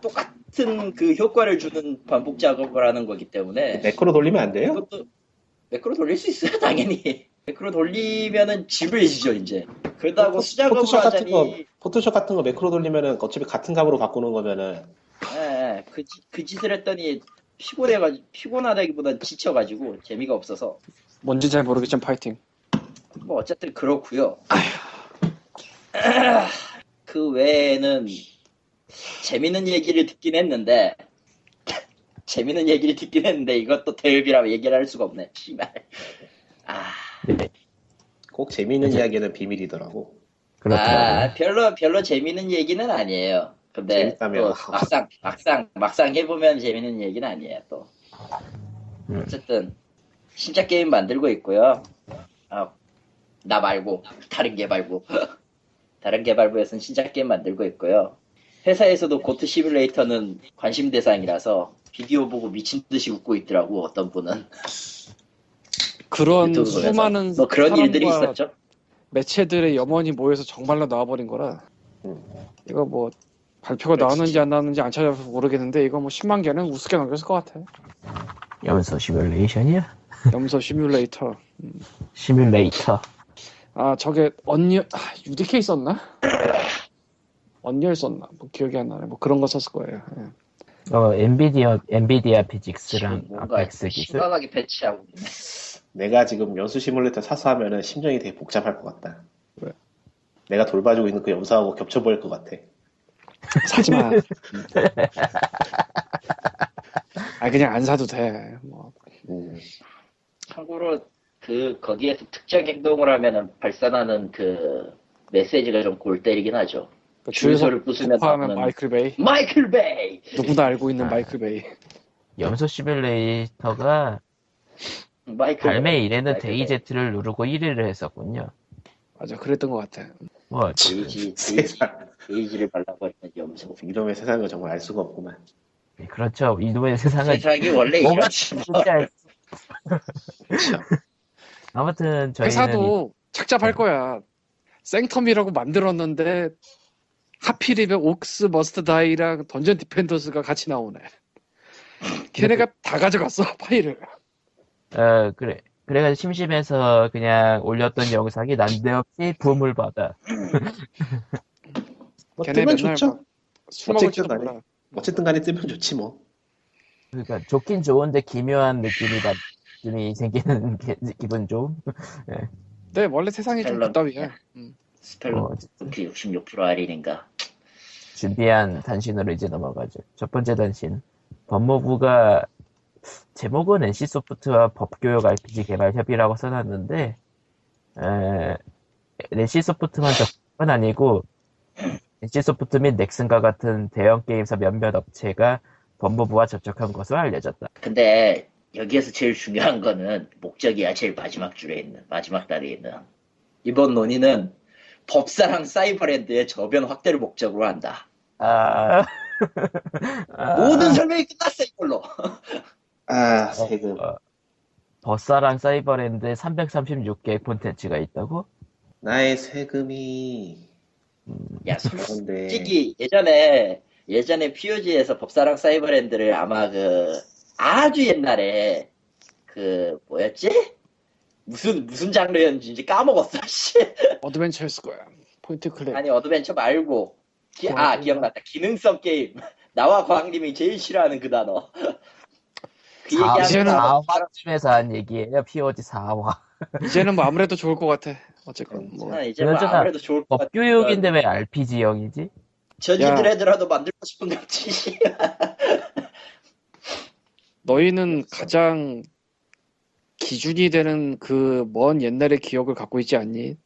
[SPEAKER 2] 똑같은 그 효과를 주는 반복 작업을 하는 거기 때문에
[SPEAKER 3] 매크로 돌리면 안 돼요?
[SPEAKER 2] 그것도 매크로 돌릴 수 있어요 당연히. 매크로 돌리면은 지루해지죠 이제. 그러다고
[SPEAKER 3] 포-
[SPEAKER 2] 수작업을
[SPEAKER 3] 포토샵 같은
[SPEAKER 2] 하자니
[SPEAKER 3] 거 포토샵 같은 거 매크로 돌리면은 어차피 같은 값으로 바꾸는 거면은
[SPEAKER 2] 예, 예. 그, 짓- 그 짓을 했더니 피곤해가지고 피곤하다기보다 지쳐가지고 재미가 없어서
[SPEAKER 4] 뭔지 잘 모르겠지만 파이팅.
[SPEAKER 2] 뭐 어쨌든 그렇고요. 그 외에는 재밌는 얘기를 듣긴 했는데 재밌는 얘기를 듣긴 했는데 이것도 대회비라 얘기를 할 수가 없네. 씨발. 아,
[SPEAKER 3] 꼭 재미있는
[SPEAKER 1] 이제-
[SPEAKER 3] 이야기는 비밀이더라고.
[SPEAKER 1] 그렇다.
[SPEAKER 2] 아, 별로 별로 재밌는 얘기는 아니에요. 근데
[SPEAKER 3] 재밌다며.
[SPEAKER 2] 또 막상 막상 막상 해보면 재밌는 얘기는 아니에요. 또
[SPEAKER 1] 음.
[SPEAKER 2] 어쨌든 신작 게임 만들고 있고요. 아, 나 말고 다른 게 말고 다른 개발부에서는 신작 게임 만들고 있고요. 회사에서도 고트 시뮬레이터는 관심 대상이라서 비디오 보고 미친 듯이 웃고 있더라고 어떤 분은
[SPEAKER 4] 그런
[SPEAKER 2] 유튜브에서.
[SPEAKER 4] 수많은
[SPEAKER 2] 뭐 그런 일들이
[SPEAKER 4] 사람과
[SPEAKER 2] 있었죠.
[SPEAKER 4] 매체들의 염원이 모여서 정말로 나와버린 거라
[SPEAKER 3] 음.
[SPEAKER 4] 이거 뭐 발표가 나오는지 안 나오는지 안 찾아서 모르겠는데 이거 뭐 10만 개는 우습게 넘겼을 것 같아.
[SPEAKER 1] 염소 시뮬레이션이야?
[SPEAKER 4] 염소 시뮬레이터.
[SPEAKER 1] 시뮬레이터.
[SPEAKER 4] 아 저게 언리얼 아, UDK 썼나? 언리얼 썼나? 뭐 기억이 안 나네. 뭐 그런 거 썼을 거예요. 예.
[SPEAKER 1] 어, 엔비디아, 엔비디아 피직스랑
[SPEAKER 2] 지금 뭔가
[SPEAKER 1] 아펙스 기술.
[SPEAKER 2] 심각하게 패치하고 있네.
[SPEAKER 3] 내가 지금 연수 시뮬레이터 사서 하면은 심정이 되게 복잡할 것 같다.
[SPEAKER 4] 왜?
[SPEAKER 3] 내가 돌봐주고 있는 그 염소하고 겹쳐 보일 것 같아.
[SPEAKER 4] 사지마. 아 그냥 안 사도 돼. 뭐
[SPEAKER 3] 음.
[SPEAKER 2] 참고로 그 거기에서 특정 행동을 하면은 발산하는 그 메시지가 좀 골 때리긴 하죠.
[SPEAKER 4] 그
[SPEAKER 2] 주유소를 부수면
[SPEAKER 4] 폭파하면
[SPEAKER 2] 나오는-
[SPEAKER 4] 마이클 베이.
[SPEAKER 2] 마이클 베이.
[SPEAKER 4] 누구나 알고 있는
[SPEAKER 1] 아.
[SPEAKER 4] 마이클 베이.
[SPEAKER 1] 염소
[SPEAKER 2] 어,
[SPEAKER 1] 시뮬레이터가
[SPEAKER 2] 마이클
[SPEAKER 1] 발매 이래는
[SPEAKER 2] 마이클 베이.
[SPEAKER 1] 데이제트를 누르고 1위를 했었군요.
[SPEAKER 4] 맞아 그랬던 것 같아.
[SPEAKER 1] 뭐,
[SPEAKER 2] 데이지 데이지
[SPEAKER 3] 세상
[SPEAKER 2] 데이지를 발라버리는 염소.
[SPEAKER 3] 이놈의 세상을 정말 알 수가 없구만.
[SPEAKER 1] 그렇죠. 이놈의 세상은
[SPEAKER 2] 세상이 원래 이런
[SPEAKER 1] 뭐가 진짜 알 수- 아무튼 저희는
[SPEAKER 4] 회사도 착잡할
[SPEAKER 3] 네.
[SPEAKER 4] 거야. 생텀이라고 만들었는데 하필이면 옥스 머스트 다이랑 던전 디펜더스가 같이 나오네.
[SPEAKER 3] 그-
[SPEAKER 4] 걔네가 다 가져갔어 파일을.
[SPEAKER 1] 어, 그래. 그래가지고 심심해서 그냥 올렸던 영상이 난데없이 붐을 받아.
[SPEAKER 3] 뭐
[SPEAKER 4] 걔네
[SPEAKER 3] 뜨면
[SPEAKER 4] 맨날
[SPEAKER 3] 좋죠.
[SPEAKER 4] 막 술 먹을 줄
[SPEAKER 3] 어쨌든 간에.
[SPEAKER 4] 몰라.
[SPEAKER 3] 어쨌든 간에 뜨면 좋지 뭐.
[SPEAKER 1] 그러니까 좋긴 좋은데 기묘한 느낌이 다 느낌이 생기는 게 기분 좀.
[SPEAKER 4] 네 원래 세상이 좀
[SPEAKER 2] 텔럼.
[SPEAKER 4] 그따위야. 음.
[SPEAKER 2] 스펠로
[SPEAKER 1] 어,
[SPEAKER 2] 그 66% 할인인가.
[SPEAKER 1] 준비한 단신으로 이제 넘어가죠. 첫 번째 단신. 법무부가 제목은 NC 소프트와 법교육 RPG 개발 협의라고 써놨는데 에, NC 소프트만 적은 아니고 NC 소프트 및 넥슨과 같은 대형 게임사 몇몇 업체가 법무부와 접촉한 것으로 알려졌다.
[SPEAKER 2] 근데 여기에서 제일 중요한 거는 목적이야. 제일 마지막 줄에 있는 마지막 단에 있는 이번 논의는 법사랑 사이버랜드의 저변 확대를 목적으로 한다.
[SPEAKER 1] 아, 아,
[SPEAKER 2] 모든 설명이 끝났어 이걸로.
[SPEAKER 3] 아 세금.
[SPEAKER 1] 어, 버사랑 사이버랜드에 336개의 콘텐츠가 있다고?
[SPEAKER 3] 나의 세금이
[SPEAKER 2] 야
[SPEAKER 3] 그런데
[SPEAKER 2] 솔직히 예전에 예전에 POG에서 법사랑 사이버랜드를 아마 그 아주 옛날에 그 뭐였지? 무슨 무슨 장르였는지 까먹었어. 씨.
[SPEAKER 4] 어드벤처였을 거야. 포인트 클릭.
[SPEAKER 2] 아니 어드벤처 말고 기, 아
[SPEAKER 4] 뭐야?
[SPEAKER 2] 기억났다 기능성 게임 나와 광님이 제일 싫어하는 그 단어 그
[SPEAKER 1] 사-
[SPEAKER 2] 얘기하는
[SPEAKER 4] 이제는
[SPEAKER 2] 거
[SPEAKER 1] 사화 팀에서 한 얘기예요. POG 4화.
[SPEAKER 4] 이제는 뭐 아무래도 좋을 것 같아. 어쨌건 뭐
[SPEAKER 2] 아, 이제 뭐
[SPEAKER 1] 그나저나
[SPEAKER 2] 아무래도 좋을 것 같아
[SPEAKER 1] 법교육인데 왜 RPG형이지?
[SPEAKER 2] 저지들 애들라도 만들고 싶은 감지
[SPEAKER 4] 너희는 가장 기준이 되는 그 먼 옛날의 기억을 갖고 있지 않니?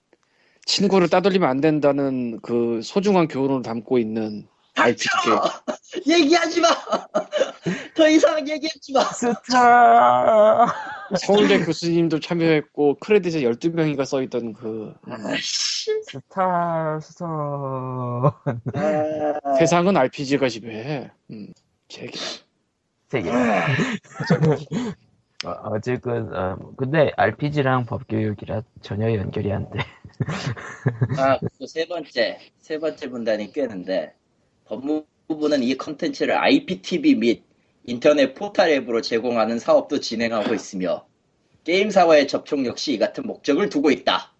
[SPEAKER 4] 친구를 따돌리면 안 된다는 그 소중한 교훈을 담고 있는 RPG 게임.
[SPEAKER 2] 얘기하지 마더 이상 얘기하지 마
[SPEAKER 1] 스타!
[SPEAKER 4] 서울대 교수님도 참여했고 크레딧에 12명이가 써있던 그
[SPEAKER 2] 아이씨.
[SPEAKER 1] 스타, 스타.
[SPEAKER 2] 아,
[SPEAKER 4] 세상은 RPG가 지배해. 음, 제게.
[SPEAKER 1] 되게. 어, 어쨌건, 어, 근데 RPG랑 법교육이라 전혀 연결이 안 돼.
[SPEAKER 2] 아, 그리고 세 번째 세 번째 분단이 꿰는데 법무부는 이 컨텐츠를 IPTV 및 인터넷 포탈 앱으로 제공하는 사업도 진행하고 있으며 게임사와의 접촉 역시 이 같은 목적을 두고 있다.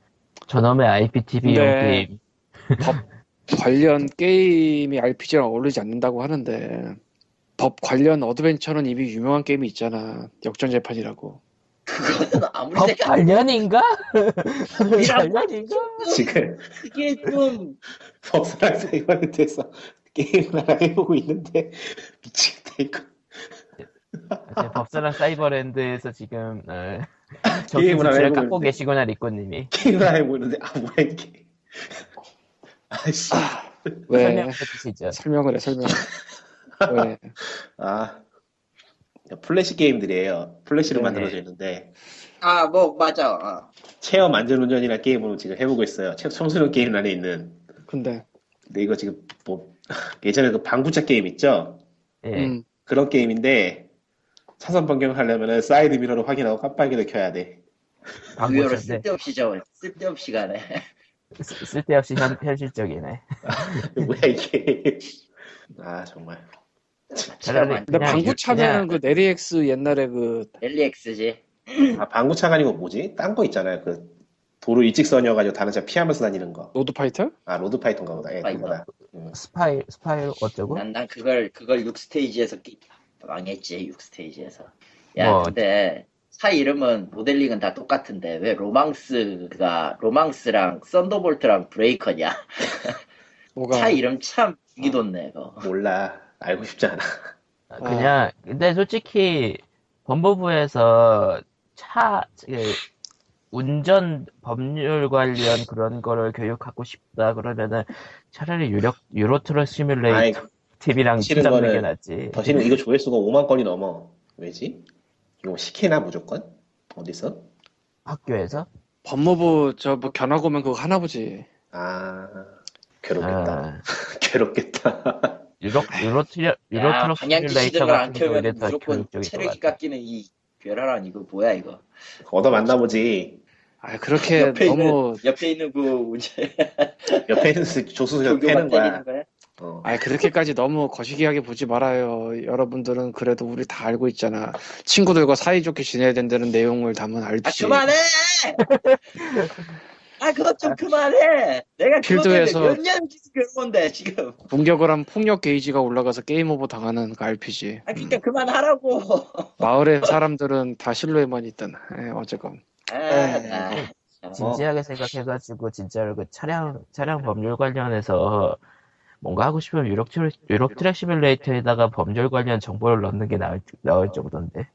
[SPEAKER 1] 저놈의 IPTV용
[SPEAKER 4] 네.
[SPEAKER 1] 게임.
[SPEAKER 4] 관련 게임이 RPG랑 어울리지 않는다고 하는데 법 관련 어드벤처는 이미 유명한 게임이 있잖아. 역전재판이라고.
[SPEAKER 2] 그거는 아무리
[SPEAKER 1] 법
[SPEAKER 2] 생각
[SPEAKER 1] 관련인가?
[SPEAKER 2] 이라고.
[SPEAKER 1] 관련인가?
[SPEAKER 3] 지금
[SPEAKER 2] 그게 좀
[SPEAKER 3] 법사랑 사이버랜드에서 게임을 하나 해보고 있는데 미치겠다 이거.
[SPEAKER 1] 제 법사랑 사이버랜드에서 지금, 어,
[SPEAKER 3] 게임을
[SPEAKER 1] 정신지를
[SPEAKER 3] 하나 해보고
[SPEAKER 1] 깎고
[SPEAKER 3] 있는데. 네.
[SPEAKER 1] 계시구나, 리코님이.
[SPEAKER 3] 게임을 하나 해보고 있는데 아 뭐야 이게. 아씨.
[SPEAKER 4] 왜?
[SPEAKER 1] 그 설명해 주시죠.
[SPEAKER 4] 설명을 해 설명. 왜?
[SPEAKER 3] 아 플래시 게임들이에요. 플래시로
[SPEAKER 1] 네네.
[SPEAKER 3] 만들어져 있는데
[SPEAKER 2] 아 뭐 맞아. 어.
[SPEAKER 3] 체험 안전운전이나 게임으로 지금 해보고 있어요. 체- 청소년 게임 안에 있는
[SPEAKER 4] 근데
[SPEAKER 3] 근데 이거 지금 뭐 예전에 그 방구차 게임 있죠?
[SPEAKER 1] 예.
[SPEAKER 4] 음,
[SPEAKER 3] 그런 게임인데 차선 변경을 하려면은 사이드 미러를 확인하고 깜빡이를 켜야 돼.
[SPEAKER 2] 의외로
[SPEAKER 1] 광고인데
[SPEAKER 2] 쓸데없이 저 쓸데없이 가네.
[SPEAKER 1] 쓰- 쓸데없이 현, 현실적이네.
[SPEAKER 3] 이게 뭐야 이게? 아 정말.
[SPEAKER 1] 차라리
[SPEAKER 2] 안
[SPEAKER 4] 근데
[SPEAKER 1] 그냥 그냥-
[SPEAKER 4] 방구차면 그 네리엑스 옛날에 그
[SPEAKER 2] LEX지.
[SPEAKER 3] 아 방구차가 아니고 뭐지? 딴 거 있잖아요. 그 도로 일직선이어가지고 다른 차 피하면서 다니는 거.
[SPEAKER 4] 로드 파이터?
[SPEAKER 3] 아 로드파이터인가 보다. 예,
[SPEAKER 2] 파이터.
[SPEAKER 3] 그거다.
[SPEAKER 1] 스파이 스파이 어쩌고?
[SPEAKER 2] 난, 난 그걸 그걸 6스테이지에서 끼, 망했지 6스테이지에서. 야
[SPEAKER 1] 뭐.
[SPEAKER 2] 근데 차 이름은 모델링은 다 똑같은데 왜 로망스가 로망스랑 썬더볼트랑 브레이커냐?
[SPEAKER 4] 뭐가
[SPEAKER 2] 차 이름 참 죽이돋네 이거.
[SPEAKER 3] 어. 몰라. 알고 싶지 않아.
[SPEAKER 1] 그냥
[SPEAKER 3] 아.
[SPEAKER 1] 근데 솔직히 법무부에서 차 그, 운전 법률 관련 그런 거를 교육하고 싶다 그러면은 차라리 유력 유로트럭
[SPEAKER 3] 아이, 그
[SPEAKER 1] 시뮬레이터 TV랑
[SPEAKER 3] 싫은
[SPEAKER 1] 잡는
[SPEAKER 3] 거는
[SPEAKER 1] 게 낫지.
[SPEAKER 3] 더 싫은 이거 조회수가 5만 건이 넘어. 왜지? 이거 시키나 무조건? 어디서?
[SPEAKER 1] 학교에서
[SPEAKER 4] 법무부 저 뭐 견학 오면 그거 하나 보지.
[SPEAKER 3] 아 괴롭겠다.
[SPEAKER 1] 아,
[SPEAKER 3] 괴롭겠다.
[SPEAKER 1] 유로 유로트럭
[SPEAKER 2] 야
[SPEAKER 1] 유로트럭
[SPEAKER 2] 방향키
[SPEAKER 1] 시뮬레이터
[SPEAKER 2] 시동을
[SPEAKER 1] 같은
[SPEAKER 2] 안
[SPEAKER 1] 경우에
[SPEAKER 2] 켜면
[SPEAKER 1] 더
[SPEAKER 2] 무조건
[SPEAKER 1] 교육적일 것
[SPEAKER 2] 체력이
[SPEAKER 1] 같아.
[SPEAKER 2] 깎이는 이 괴랄한 이거 뭐야 이거.
[SPEAKER 3] 얻어 만나 보지.
[SPEAKER 4] 아 그렇게
[SPEAKER 2] 옆에
[SPEAKER 4] 너무
[SPEAKER 2] 있는 옆에 있는 그 문제
[SPEAKER 3] 옆에 있는 스- 조수석
[SPEAKER 2] 조교만
[SPEAKER 3] 패는 거야.
[SPEAKER 2] 때리는 거야.
[SPEAKER 3] 어.
[SPEAKER 4] 아 그렇게까지 너무 거시기하게 보지 말아요. 여러분들은 그래도 우리 다 알고 있잖아. 친구들과 사이좋게 지내야 된다는 내용을 담은
[SPEAKER 2] 아
[SPEAKER 4] 알지.
[SPEAKER 2] 그만해! 아 그것 좀 그만해! 내가 그것 때문에
[SPEAKER 4] 필드에서-
[SPEAKER 2] 몇년 괴로운데 지금
[SPEAKER 4] 공격을 한 폭력 게이지가 올라가서 게임 오버 당하는 그 RPG.
[SPEAKER 2] 아 그니까 그만하라고
[SPEAKER 4] 마을의 사람들은 다 실로에만 있던. 예, 어쨌건.
[SPEAKER 2] 아,
[SPEAKER 3] 네.
[SPEAKER 2] 아,
[SPEAKER 4] 뭐,
[SPEAKER 1] 진지하게 생각해가지고 진짜로 그 차량 차량 법률 관련해서 뭔가 하고 싶으면 유럽 트랙 유럽 트랙 시뮬레이터에다가 법률 관련 정보를 넣는 게 나을
[SPEAKER 4] 어.
[SPEAKER 1] 나을 정도인데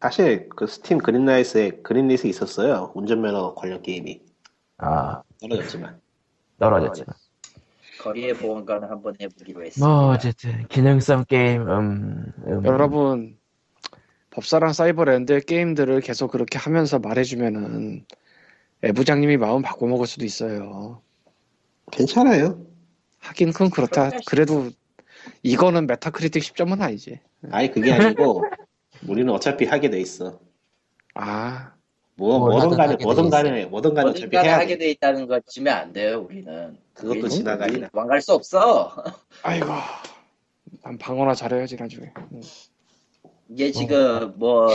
[SPEAKER 3] 사실 그 스팀 그린라이트에 그린리스에 있었어요. 운전면허 관련 게임이
[SPEAKER 1] 아
[SPEAKER 3] 떨어졌지만.
[SPEAKER 1] 떨어졌지만
[SPEAKER 2] 거리의 보험과는 한번 해보기로 했습니다
[SPEAKER 1] 뭐 어쨌든 기능성 게임 음, 음.
[SPEAKER 4] 여러분 법사랑 사이버랜드의 게임들을 계속 그렇게 하면서 말해주면은 애부장님이 마음 바꿔먹을 수도 있어요.
[SPEAKER 3] 괜찮아요.
[SPEAKER 4] 하긴 그건 그렇다. 그래도 이거는 메타크리틱 10점은 아니지.
[SPEAKER 3] 아니 그게 아니고 우리는 어차피 하게 돼 있어.
[SPEAKER 4] 아
[SPEAKER 3] 뭐
[SPEAKER 1] 뭐라도
[SPEAKER 3] 뭐든 간에
[SPEAKER 1] 하게 돼
[SPEAKER 3] 뭐든 간에
[SPEAKER 1] 있어요.
[SPEAKER 3] 뭐든 간에 어차피
[SPEAKER 2] 어딘가를
[SPEAKER 3] 해야
[SPEAKER 2] 하게
[SPEAKER 3] 돼.
[SPEAKER 2] 돼 있다는 거 지면 안 돼요 우리는
[SPEAKER 3] 그것도
[SPEAKER 2] 우리는
[SPEAKER 3] 지나가리라.
[SPEAKER 2] 우리는 도망갈 수 없어
[SPEAKER 4] 아이고 난 방어나 잘해야지 나중에. 음.
[SPEAKER 3] 어.
[SPEAKER 2] 이게 지금 뭐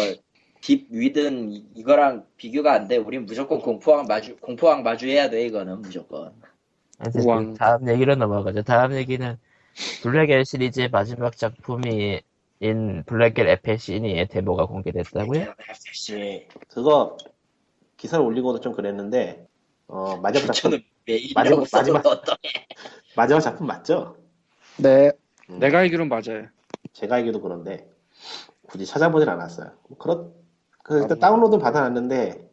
[SPEAKER 2] 딥위든 이- 이거랑 비교가 안 돼. 우린 무조건 공포왕 마주 공포왕 마주해야 돼 이거는 무조건.
[SPEAKER 1] 어쨌든
[SPEAKER 4] 우왕.
[SPEAKER 1] 다음 얘기로 넘어가죠 다음 얘기는 블랙엘 시리즈의 마지막 작품이 인 블랙엘 에페시니의 데모가 공개됐다고요?
[SPEAKER 2] 역시
[SPEAKER 3] 그거 기사를 올리고도 좀 그랬는데 어 마지막 작품
[SPEAKER 2] 저는 메인이라고
[SPEAKER 3] 마지막-
[SPEAKER 2] 써도
[SPEAKER 3] 마지막-
[SPEAKER 2] 어떤
[SPEAKER 3] 마지막 작품 맞죠?
[SPEAKER 4] 네.
[SPEAKER 3] 음.
[SPEAKER 4] 내가 알기론 맞아요.
[SPEAKER 3] 제가 알기도 그런데 굳이 찾아보진 않았어요. 뭐 그렇 그 일단
[SPEAKER 4] 나도.
[SPEAKER 3] 다운로드 받아놨는데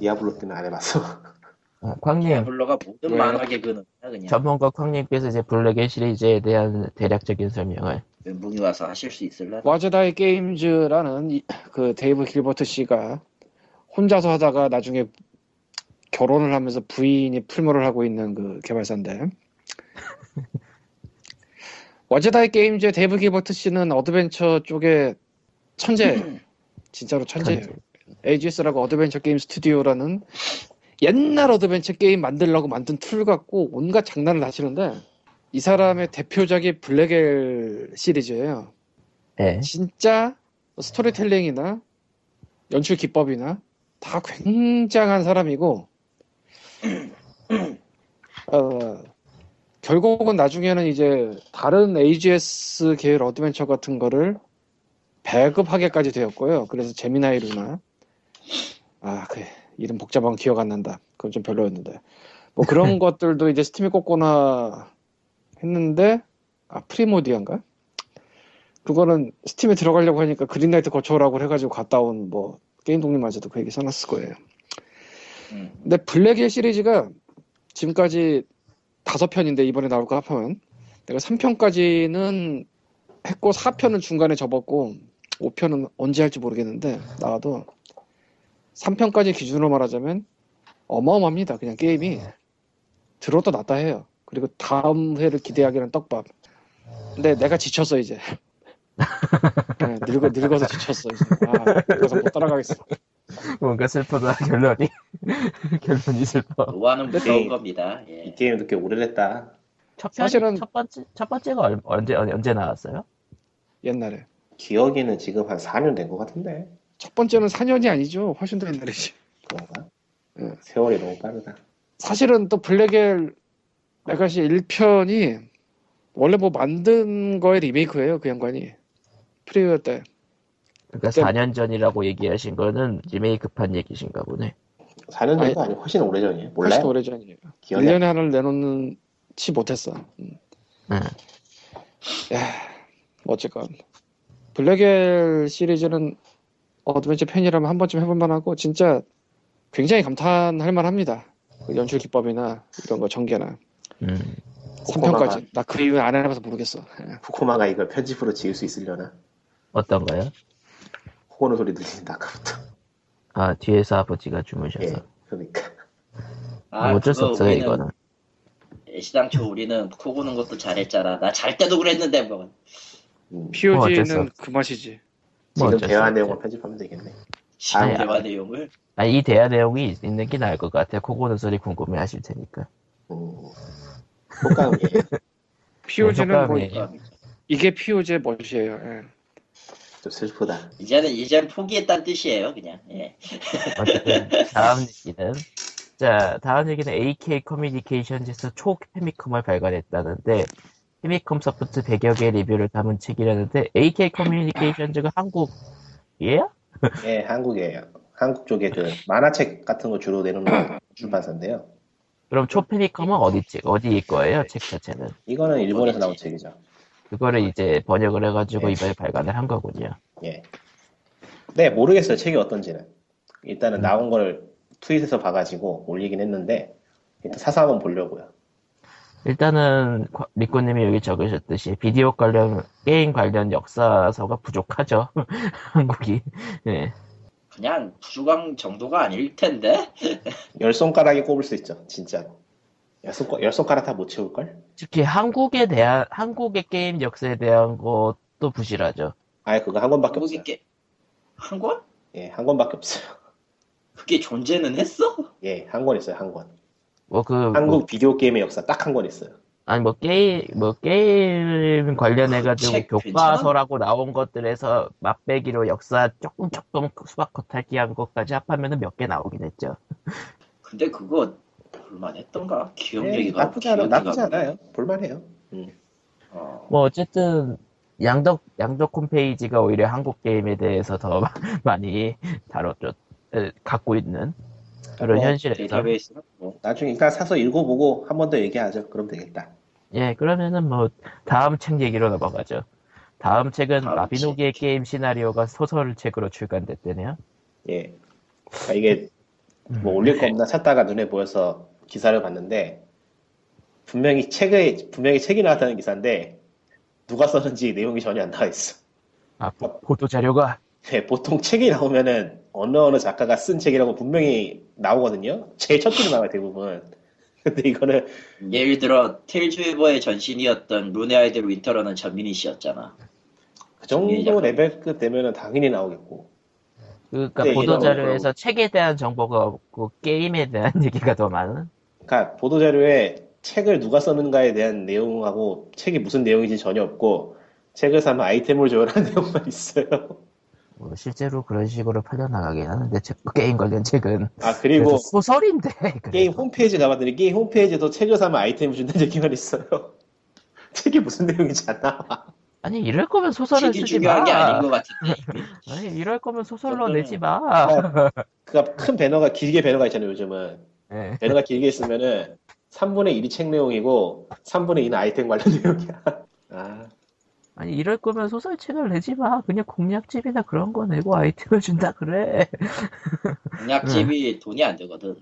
[SPEAKER 3] 디아블로 때는 안 해봤어.
[SPEAKER 1] 어,
[SPEAKER 3] 네.
[SPEAKER 1] 광님
[SPEAKER 2] 블러가 모든
[SPEAKER 4] 왜?
[SPEAKER 2] 만화계 그는
[SPEAKER 4] 네.
[SPEAKER 2] 그냥
[SPEAKER 1] 전문가 광님께서 이제 블랙엘 시리즈에 대한 대략적인 설명을
[SPEAKER 2] 멘붕이 와서 하실 수
[SPEAKER 3] 어.
[SPEAKER 2] 있을라.
[SPEAKER 4] 와즈다이 게임즈라는 이- 그 데이브 길버트 씨가 혼자서 하다가 나중에 결혼을 하면서 부인이 풀모를 하고 있는 그 개발사인데 와즈다이 게임즈의 데이브 길버트 씨는 어드벤처 쪽에 천재 진짜로 천재예요. AGS라고 어드벤처 게임 스튜디오라는 옛날 어드벤처 게임 만들려고 만든 툴 같고 온갖 장난을 다 치는데 이 사람의 대표작이 블랙엘 시리즈예요.
[SPEAKER 1] 예.
[SPEAKER 4] 진짜 뭐 스토리텔링이나 연출 기법이나 다 굉장한 사람이고 어, 결국은 나중에는 이제 다른 AGS 계열 어드벤처 같은 거를 배급하게까지 되었고요. 그래서 제미나이 루나 아, 그 이름 복잡한 거 기억 안 난다. 그건 좀 별로였는데 뭐 그런 것들도 이제 스팀에 꽂거나 했는데 아 프리모디언가 그거는 스팀에 들어가려고 하니까 그린라이트 거쳐오라고 해가지고 갔다 온 뭐 게임 동료마저도 그 얘기 써놨을 거예요.
[SPEAKER 2] 음.
[SPEAKER 4] 근데 블랙의 시리즈가 지금까지 다섯 편인데 이번에 나올 거 합하면 내가 3편까지는 했고 4편은 중간에 접었고 5편은 언제 할지 모르겠는데 나와도 3편까지 기준으로 말하자면 어마어마합니다. 그냥 게임이 들어도 낫다 해요. 그리고 다음 회를 기대하기는 떡밥. 근데 내가 지쳤어 이제. 네, 늙어 늙어서 지쳤어 이제. 아, 그래서 못 따라가겠어.
[SPEAKER 1] 뭔가 슬프다 결론이 결론이 슬퍼.
[SPEAKER 2] 노화는
[SPEAKER 3] 근데
[SPEAKER 2] 무서운
[SPEAKER 3] 또-
[SPEAKER 2] 겁니다. 예.
[SPEAKER 3] 이 게임도 꽤 오래됐다.
[SPEAKER 1] 첫
[SPEAKER 4] 사실은-
[SPEAKER 1] 사실은 첫 번째 첫 번째가 얼- 언제 언제 나왔어요?
[SPEAKER 4] 옛날에.
[SPEAKER 3] 기억에는 지금 한 4년 된 것 같은데.
[SPEAKER 4] 첫 번째는 4년이 아니죠. 훨씬 더 옛날이지.
[SPEAKER 3] 그런가?
[SPEAKER 4] 응.
[SPEAKER 3] 세월이 너무 빠르다.
[SPEAKER 4] 사실은 또 블랙엘 레가시 1편이 원래 뭐 만든 거의 리메이크예요. 그 양반이. 프리웨어 때.
[SPEAKER 1] 그러니까
[SPEAKER 4] 그때-
[SPEAKER 1] 4년 전이라고 얘기하신 거는 리메이크판 얘기신가 보네.
[SPEAKER 3] 4년 전도 아니, 고 훨씬 오래전이에요. 몰라요?
[SPEAKER 4] 훨씬 오래전이에요.
[SPEAKER 3] 기억이 안
[SPEAKER 4] 1년에 하나를 내놓는 치 못했어. 음.
[SPEAKER 1] 응.
[SPEAKER 4] 뭐 어쨌건 블랙엘 시리즈는 어드벤처 팬이라면 한 번쯤 해볼 만하고 진짜 굉장히 감탄할 만합니다. 그 연출 기법이나 이런 거 전개나
[SPEAKER 1] 음.
[SPEAKER 4] 3편까지 나 그 이후에 안 해봐서 모르겠어.
[SPEAKER 1] 뭐
[SPEAKER 4] 예.
[SPEAKER 3] 후코마가 이걸 편집으로 지을 수 있으려나?
[SPEAKER 1] 어떤 거요?
[SPEAKER 3] 코고는 소리 들린다, 아까부터.
[SPEAKER 1] 아 뒤에서 아버지가
[SPEAKER 3] 예,
[SPEAKER 1] 주무셔서 뭐
[SPEAKER 3] 그러니까.
[SPEAKER 2] 아,
[SPEAKER 1] 어쩔 수
[SPEAKER 2] 그거
[SPEAKER 1] 없어요
[SPEAKER 2] 우리는
[SPEAKER 1] 이거는. 뭐
[SPEAKER 2] 예, 시당초 우리는 코 고는 것도 잘했잖아. 나 잘 때도 그랬는데 뭐.
[SPEAKER 3] 음,
[SPEAKER 1] 어쩔 수
[SPEAKER 4] POG는
[SPEAKER 1] 없어.
[SPEAKER 4] 그 맛이지.
[SPEAKER 1] 뭐
[SPEAKER 3] 지금
[SPEAKER 1] 어쩔 수
[SPEAKER 3] 대화
[SPEAKER 1] 없죠.
[SPEAKER 3] 내용을 편집하면 되겠네.
[SPEAKER 2] 지금
[SPEAKER 1] 아니,
[SPEAKER 2] 대화
[SPEAKER 1] 아.
[SPEAKER 2] 내용을
[SPEAKER 1] 아, 이 대화 내용이 있는 게 나을 것 같아요. 코고는 소리 궁금해 하실 테니까.
[SPEAKER 3] 음, 효과음이에요. 예.
[SPEAKER 4] POG는 뭐
[SPEAKER 1] 효과음이에요.
[SPEAKER 2] 어,
[SPEAKER 4] 이게 POG의 멋이에요. 예.
[SPEAKER 3] 좀 슬프다.
[SPEAKER 2] 이제는 이제는 포기했다는 뜻이에요, 그냥. 예.
[SPEAKER 1] 어쨌든 다음 얘기는 자 다음 얘기는 AK 커뮤니케이션즈에서 초 페미컴을 발간했다는데 페미컴 서포트 100여 개의 리뷰를 담은 책이라는데 AK 커뮤니케이션즈가 한국이에요?
[SPEAKER 3] 예, 한국이에요. 한국 쪽에 그 만화책 같은 거 주로 내놓는 출판사인데요.
[SPEAKER 1] 그럼 초 페미컴은 어디 책 어디 거예요? 책 자체는
[SPEAKER 3] 이거는 일본에서 나온 책이죠.
[SPEAKER 1] 그거를 이제 번역을 해가지고
[SPEAKER 3] 네.
[SPEAKER 1] 이번에 발간을 한 거군요.
[SPEAKER 3] 예. 네, 모르겠어요. 책이 어떤지는. 일단은 나온 걸 트윗에서 봐가지고 올리긴 했는데, 일단 사서 한번 보려고요.
[SPEAKER 1] 일단은 과- 리코님이 여기 적으셨듯이 비디오 관련 게임 관련 역사서가 부족하죠 한국이 예.
[SPEAKER 2] 그냥 부주광 정도가 아닐 텐데.
[SPEAKER 3] 열 손가락이 꼽을 수 있죠, 진짜로. 열, 손가, 열 손가락 다 못 채울걸?
[SPEAKER 1] 특히 한국에 대한 한국의 게임 역사에 대한 것도 부실하죠
[SPEAKER 3] 아예 그거 한 권밖에
[SPEAKER 2] 한국이
[SPEAKER 3] 없어요.
[SPEAKER 2] 게... 한 권?
[SPEAKER 3] 예, 한 권밖에 없어요.
[SPEAKER 2] 그게 존재는 했어?
[SPEAKER 3] 예, 한 권 있어요, 한 권.
[SPEAKER 1] 뭐 그
[SPEAKER 3] 한국 비디오 게임의 역사 딱 한 권 있어요.
[SPEAKER 1] 아니 뭐 게임 뭐 게임 관련해
[SPEAKER 3] 아,
[SPEAKER 2] 책
[SPEAKER 1] 가지고 교과서라고 나온 것들에서 맛배기로 역사 조금 조금 수박 겉핥기한 것까지 합하면은 몇 개 나오긴 했죠
[SPEAKER 2] 근데 그거 볼만했던가?
[SPEAKER 3] 예,
[SPEAKER 2] 기억력이 가
[SPEAKER 3] 나쁘지 않아, 나쁘지 않아요. 볼만해요. 음.
[SPEAKER 2] 어,
[SPEAKER 1] 뭐 어쨌든 양덕 양덕 홈페이지가 오히려 한국 게임에 대해서 더 많이 다뤘죠. 에, 갖고 있는 그런
[SPEAKER 3] 뭐,
[SPEAKER 1] 현실에서
[SPEAKER 2] 데이터베이스는 뭐
[SPEAKER 3] 나중에 일단 사서 읽어보고 한 번 더 얘기하죠. 그럼 되겠다.
[SPEAKER 1] 예 그러면은 뭐 다음 책 얘기로 넘어가죠. 다음 책은
[SPEAKER 2] 다음
[SPEAKER 1] 라비노기의 게임 시나리오가 소설 책으로 출간됐대네요.
[SPEAKER 3] 예. 그러니까 이게
[SPEAKER 2] 음.
[SPEAKER 3] 뭐 올릴 거 없나 찾다가 눈에 보여서 기사를 봤는데 분명히 책에 분명히 책이 나왔다는 기사인데 누가 썼는지 내용이 전혀 안 나와 있어.
[SPEAKER 1] 아 보도 자료가
[SPEAKER 3] 예, 보통 책이 나오면은 어느 어느 작가가 쓴 책이라고 분명히 나오거든요. 제일 첫 줄에 나와요 대부분. 근데 이거는
[SPEAKER 2] 예를 들어 테일즈웨버의 전신이었던 루네 아이들 윈터러는 전민희 씨였잖아.
[SPEAKER 3] 그 정도
[SPEAKER 2] 정리해야죠.
[SPEAKER 3] 레벨급 되면은 당연히 나오겠고.
[SPEAKER 1] 그러니까
[SPEAKER 3] 네,
[SPEAKER 1] 보도
[SPEAKER 3] 이런
[SPEAKER 1] 자료에서 책에 대한 정보가 없고 게임에 대한 얘기가 더 많은.
[SPEAKER 3] 그러니까 보도자료에 책을 누가 썼는가에 대한 내용하고 책이 무슨 내용인지 전혀 없고 책을 사면 아이템을 조율하는 내용만 있어요.
[SPEAKER 1] 뭐 실제로 그런 식으로 팔려나가긴 하는데 책, 게임 관련 책은
[SPEAKER 3] 아
[SPEAKER 1] 그래도
[SPEAKER 3] 그리고
[SPEAKER 1] 소설인데 그래도.
[SPEAKER 3] 게임 홈페이지 가봤더니 게임 홈페이지에도 책을 사면 아이템을 준다는 얘기만 있어요. 책이 무슨 내용인지 안 나와.
[SPEAKER 1] 아니 이럴 거면 소설을
[SPEAKER 2] 책이
[SPEAKER 1] 쓰지
[SPEAKER 2] 중요한
[SPEAKER 1] 마.
[SPEAKER 2] 게 아닌 것 같은데.
[SPEAKER 1] 아니 이럴 거면 소설로
[SPEAKER 2] 그거는-
[SPEAKER 1] 내지 마.
[SPEAKER 3] 그러니까 큰 배너가 길게 배너가 있잖아요 요즘은.
[SPEAKER 1] 예.
[SPEAKER 3] 배너가 길게 있으면은 3분의 1이 책 내용이고 3분의 2는 아이템 관련 내용이야. 아
[SPEAKER 1] 아니 이럴 거면 소설책을 내지 마. 그냥 공략집이나 그런 거 내고 아이템을 준다 그래.
[SPEAKER 2] 공략집이 돈이 안 되거든.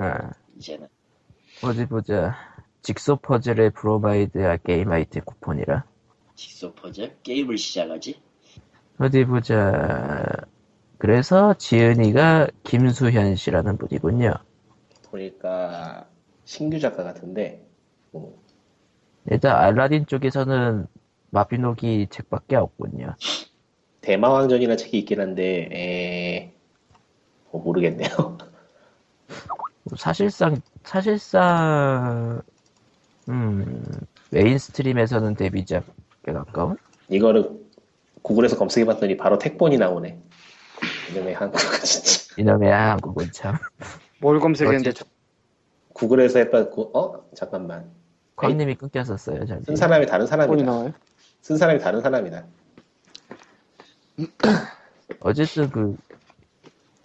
[SPEAKER 1] 예.
[SPEAKER 2] 이제는.
[SPEAKER 1] 어디 보자. 직소 퍼즐의 브로마이드와 게임 아이템 쿠폰이라.
[SPEAKER 2] 직소 퍼즐 게임을 시작하지.
[SPEAKER 1] 어디 보자. 그래서 지은이가 김수현 씨라는 분이군요.
[SPEAKER 3] 보니까 신규 작가 같은데 음,
[SPEAKER 1] 일단 알라딘 쪽에서는 마비노기 책밖에 없군요.
[SPEAKER 3] 대마왕전이라는 책이 있긴 한데 에... 뭐 모르겠네요.
[SPEAKER 1] 사실상 사실상 음 메인스트림에서는 데뷔작에 가까운
[SPEAKER 3] 이거를 구글에서 검색해봤더니 바로 택본이 나오네. 이놈의 한국 진짜
[SPEAKER 1] 이놈의 한국은 참
[SPEAKER 4] 뭘 검색했는데
[SPEAKER 3] 구글에서 해봤고 어 잠깐만
[SPEAKER 1] 그 광님이 끊겼었어요 잠시.
[SPEAKER 3] 쓴 사람이 다른
[SPEAKER 4] 저번이
[SPEAKER 3] 사람이다.
[SPEAKER 4] 나와요?
[SPEAKER 3] 쓴 사람이 다른 사람이다.
[SPEAKER 1] 어쨌든 그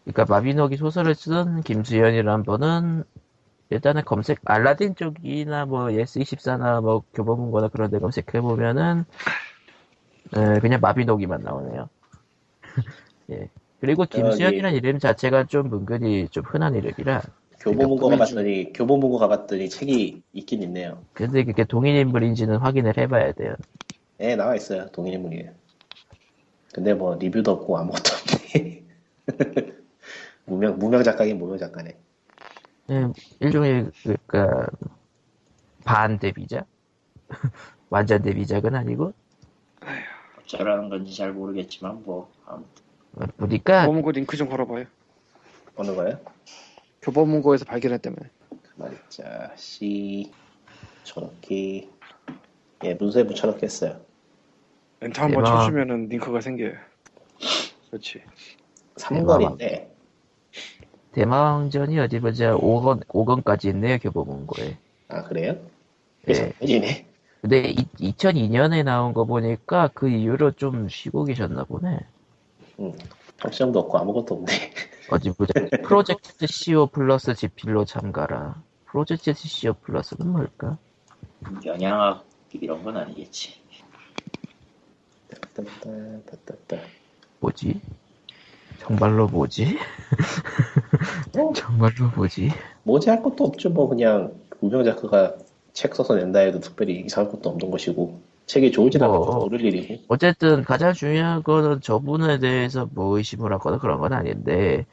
[SPEAKER 1] 그러니까 마비노기 소설을 쓰던 김수현이라는 분은 일단은 검색 알라딘 쪽이나 뭐 예스24나 뭐 교보문고나 그런 데 검색해 보면은 예, 그냥 마비노기만 나오네요. 예.
[SPEAKER 3] 아,
[SPEAKER 1] 그리고 김수현이라는
[SPEAKER 3] 예.
[SPEAKER 1] 이름 자체가 좀 은근히 좀 흔한 이름이라
[SPEAKER 3] 교보문고
[SPEAKER 1] 그러니까
[SPEAKER 3] 가봤더니 교보문고 가봤더니 책이 있긴 있네요.
[SPEAKER 1] 근데 그게 동일 인물인지는 확인을 해봐야 돼요.
[SPEAKER 3] 네 나와 있어요 동일인물이에요. 근데 뭐 리뷰도 없고 아무것도 없네. 무명 무명 작가긴 무명 작가네.
[SPEAKER 1] 예, 일종의 그러니까 반 데뷔작, 완전 데뷔작은 아니고
[SPEAKER 2] 어쩌라는 건지 잘 모르겠지만 뭐 아무튼
[SPEAKER 1] 어, 보니까
[SPEAKER 4] 교보문고 링크 그 좀 걸어봐요.
[SPEAKER 3] 어느 거예요?
[SPEAKER 4] 교보문고에서 발견했다며.
[SPEAKER 3] 가만히 있자. C 저렇게 예 문서에 붙여넣겠어요.
[SPEAKER 4] 엔터 한번
[SPEAKER 1] 대박.
[SPEAKER 4] 쳐주면은 링크가 생겨요. 그렇지.
[SPEAKER 3] 3권인데
[SPEAKER 1] 대마왕전이 어디 보자 5권 5권까지 있네요 교보문고에.
[SPEAKER 3] 아 그래요?
[SPEAKER 1] 예.
[SPEAKER 3] 3권이네.
[SPEAKER 1] 근데 2002년에 나온 거 보니까 그 이후로 좀 쉬고 계셨나 보네.
[SPEAKER 3] 확정도 없고 아무것도 없네.
[SPEAKER 1] 어디 보자. 프로젝트 CO 플러스 지필로 참가라. 프로젝트 CO 플러스는 뭘까?
[SPEAKER 2] 영양학 이런 건 아니겠지.
[SPEAKER 3] 따따따따따.
[SPEAKER 1] 뭐지? 정말로 뭐지?
[SPEAKER 3] 어?
[SPEAKER 1] 정말로 뭐지?
[SPEAKER 3] 뭐지 할 것도 없죠. 뭐 그냥 무명 작가가 책 써서 낸다 해도 특별히 이상할 것도 없는 것이고 책이 좋을지
[SPEAKER 1] 뭐.
[SPEAKER 3] 나쁠지 모를 일이고
[SPEAKER 1] 어쨌든 가장 중요한 거는 저분에 대해서 뭐 의심을 하거나 그런 건 아닌데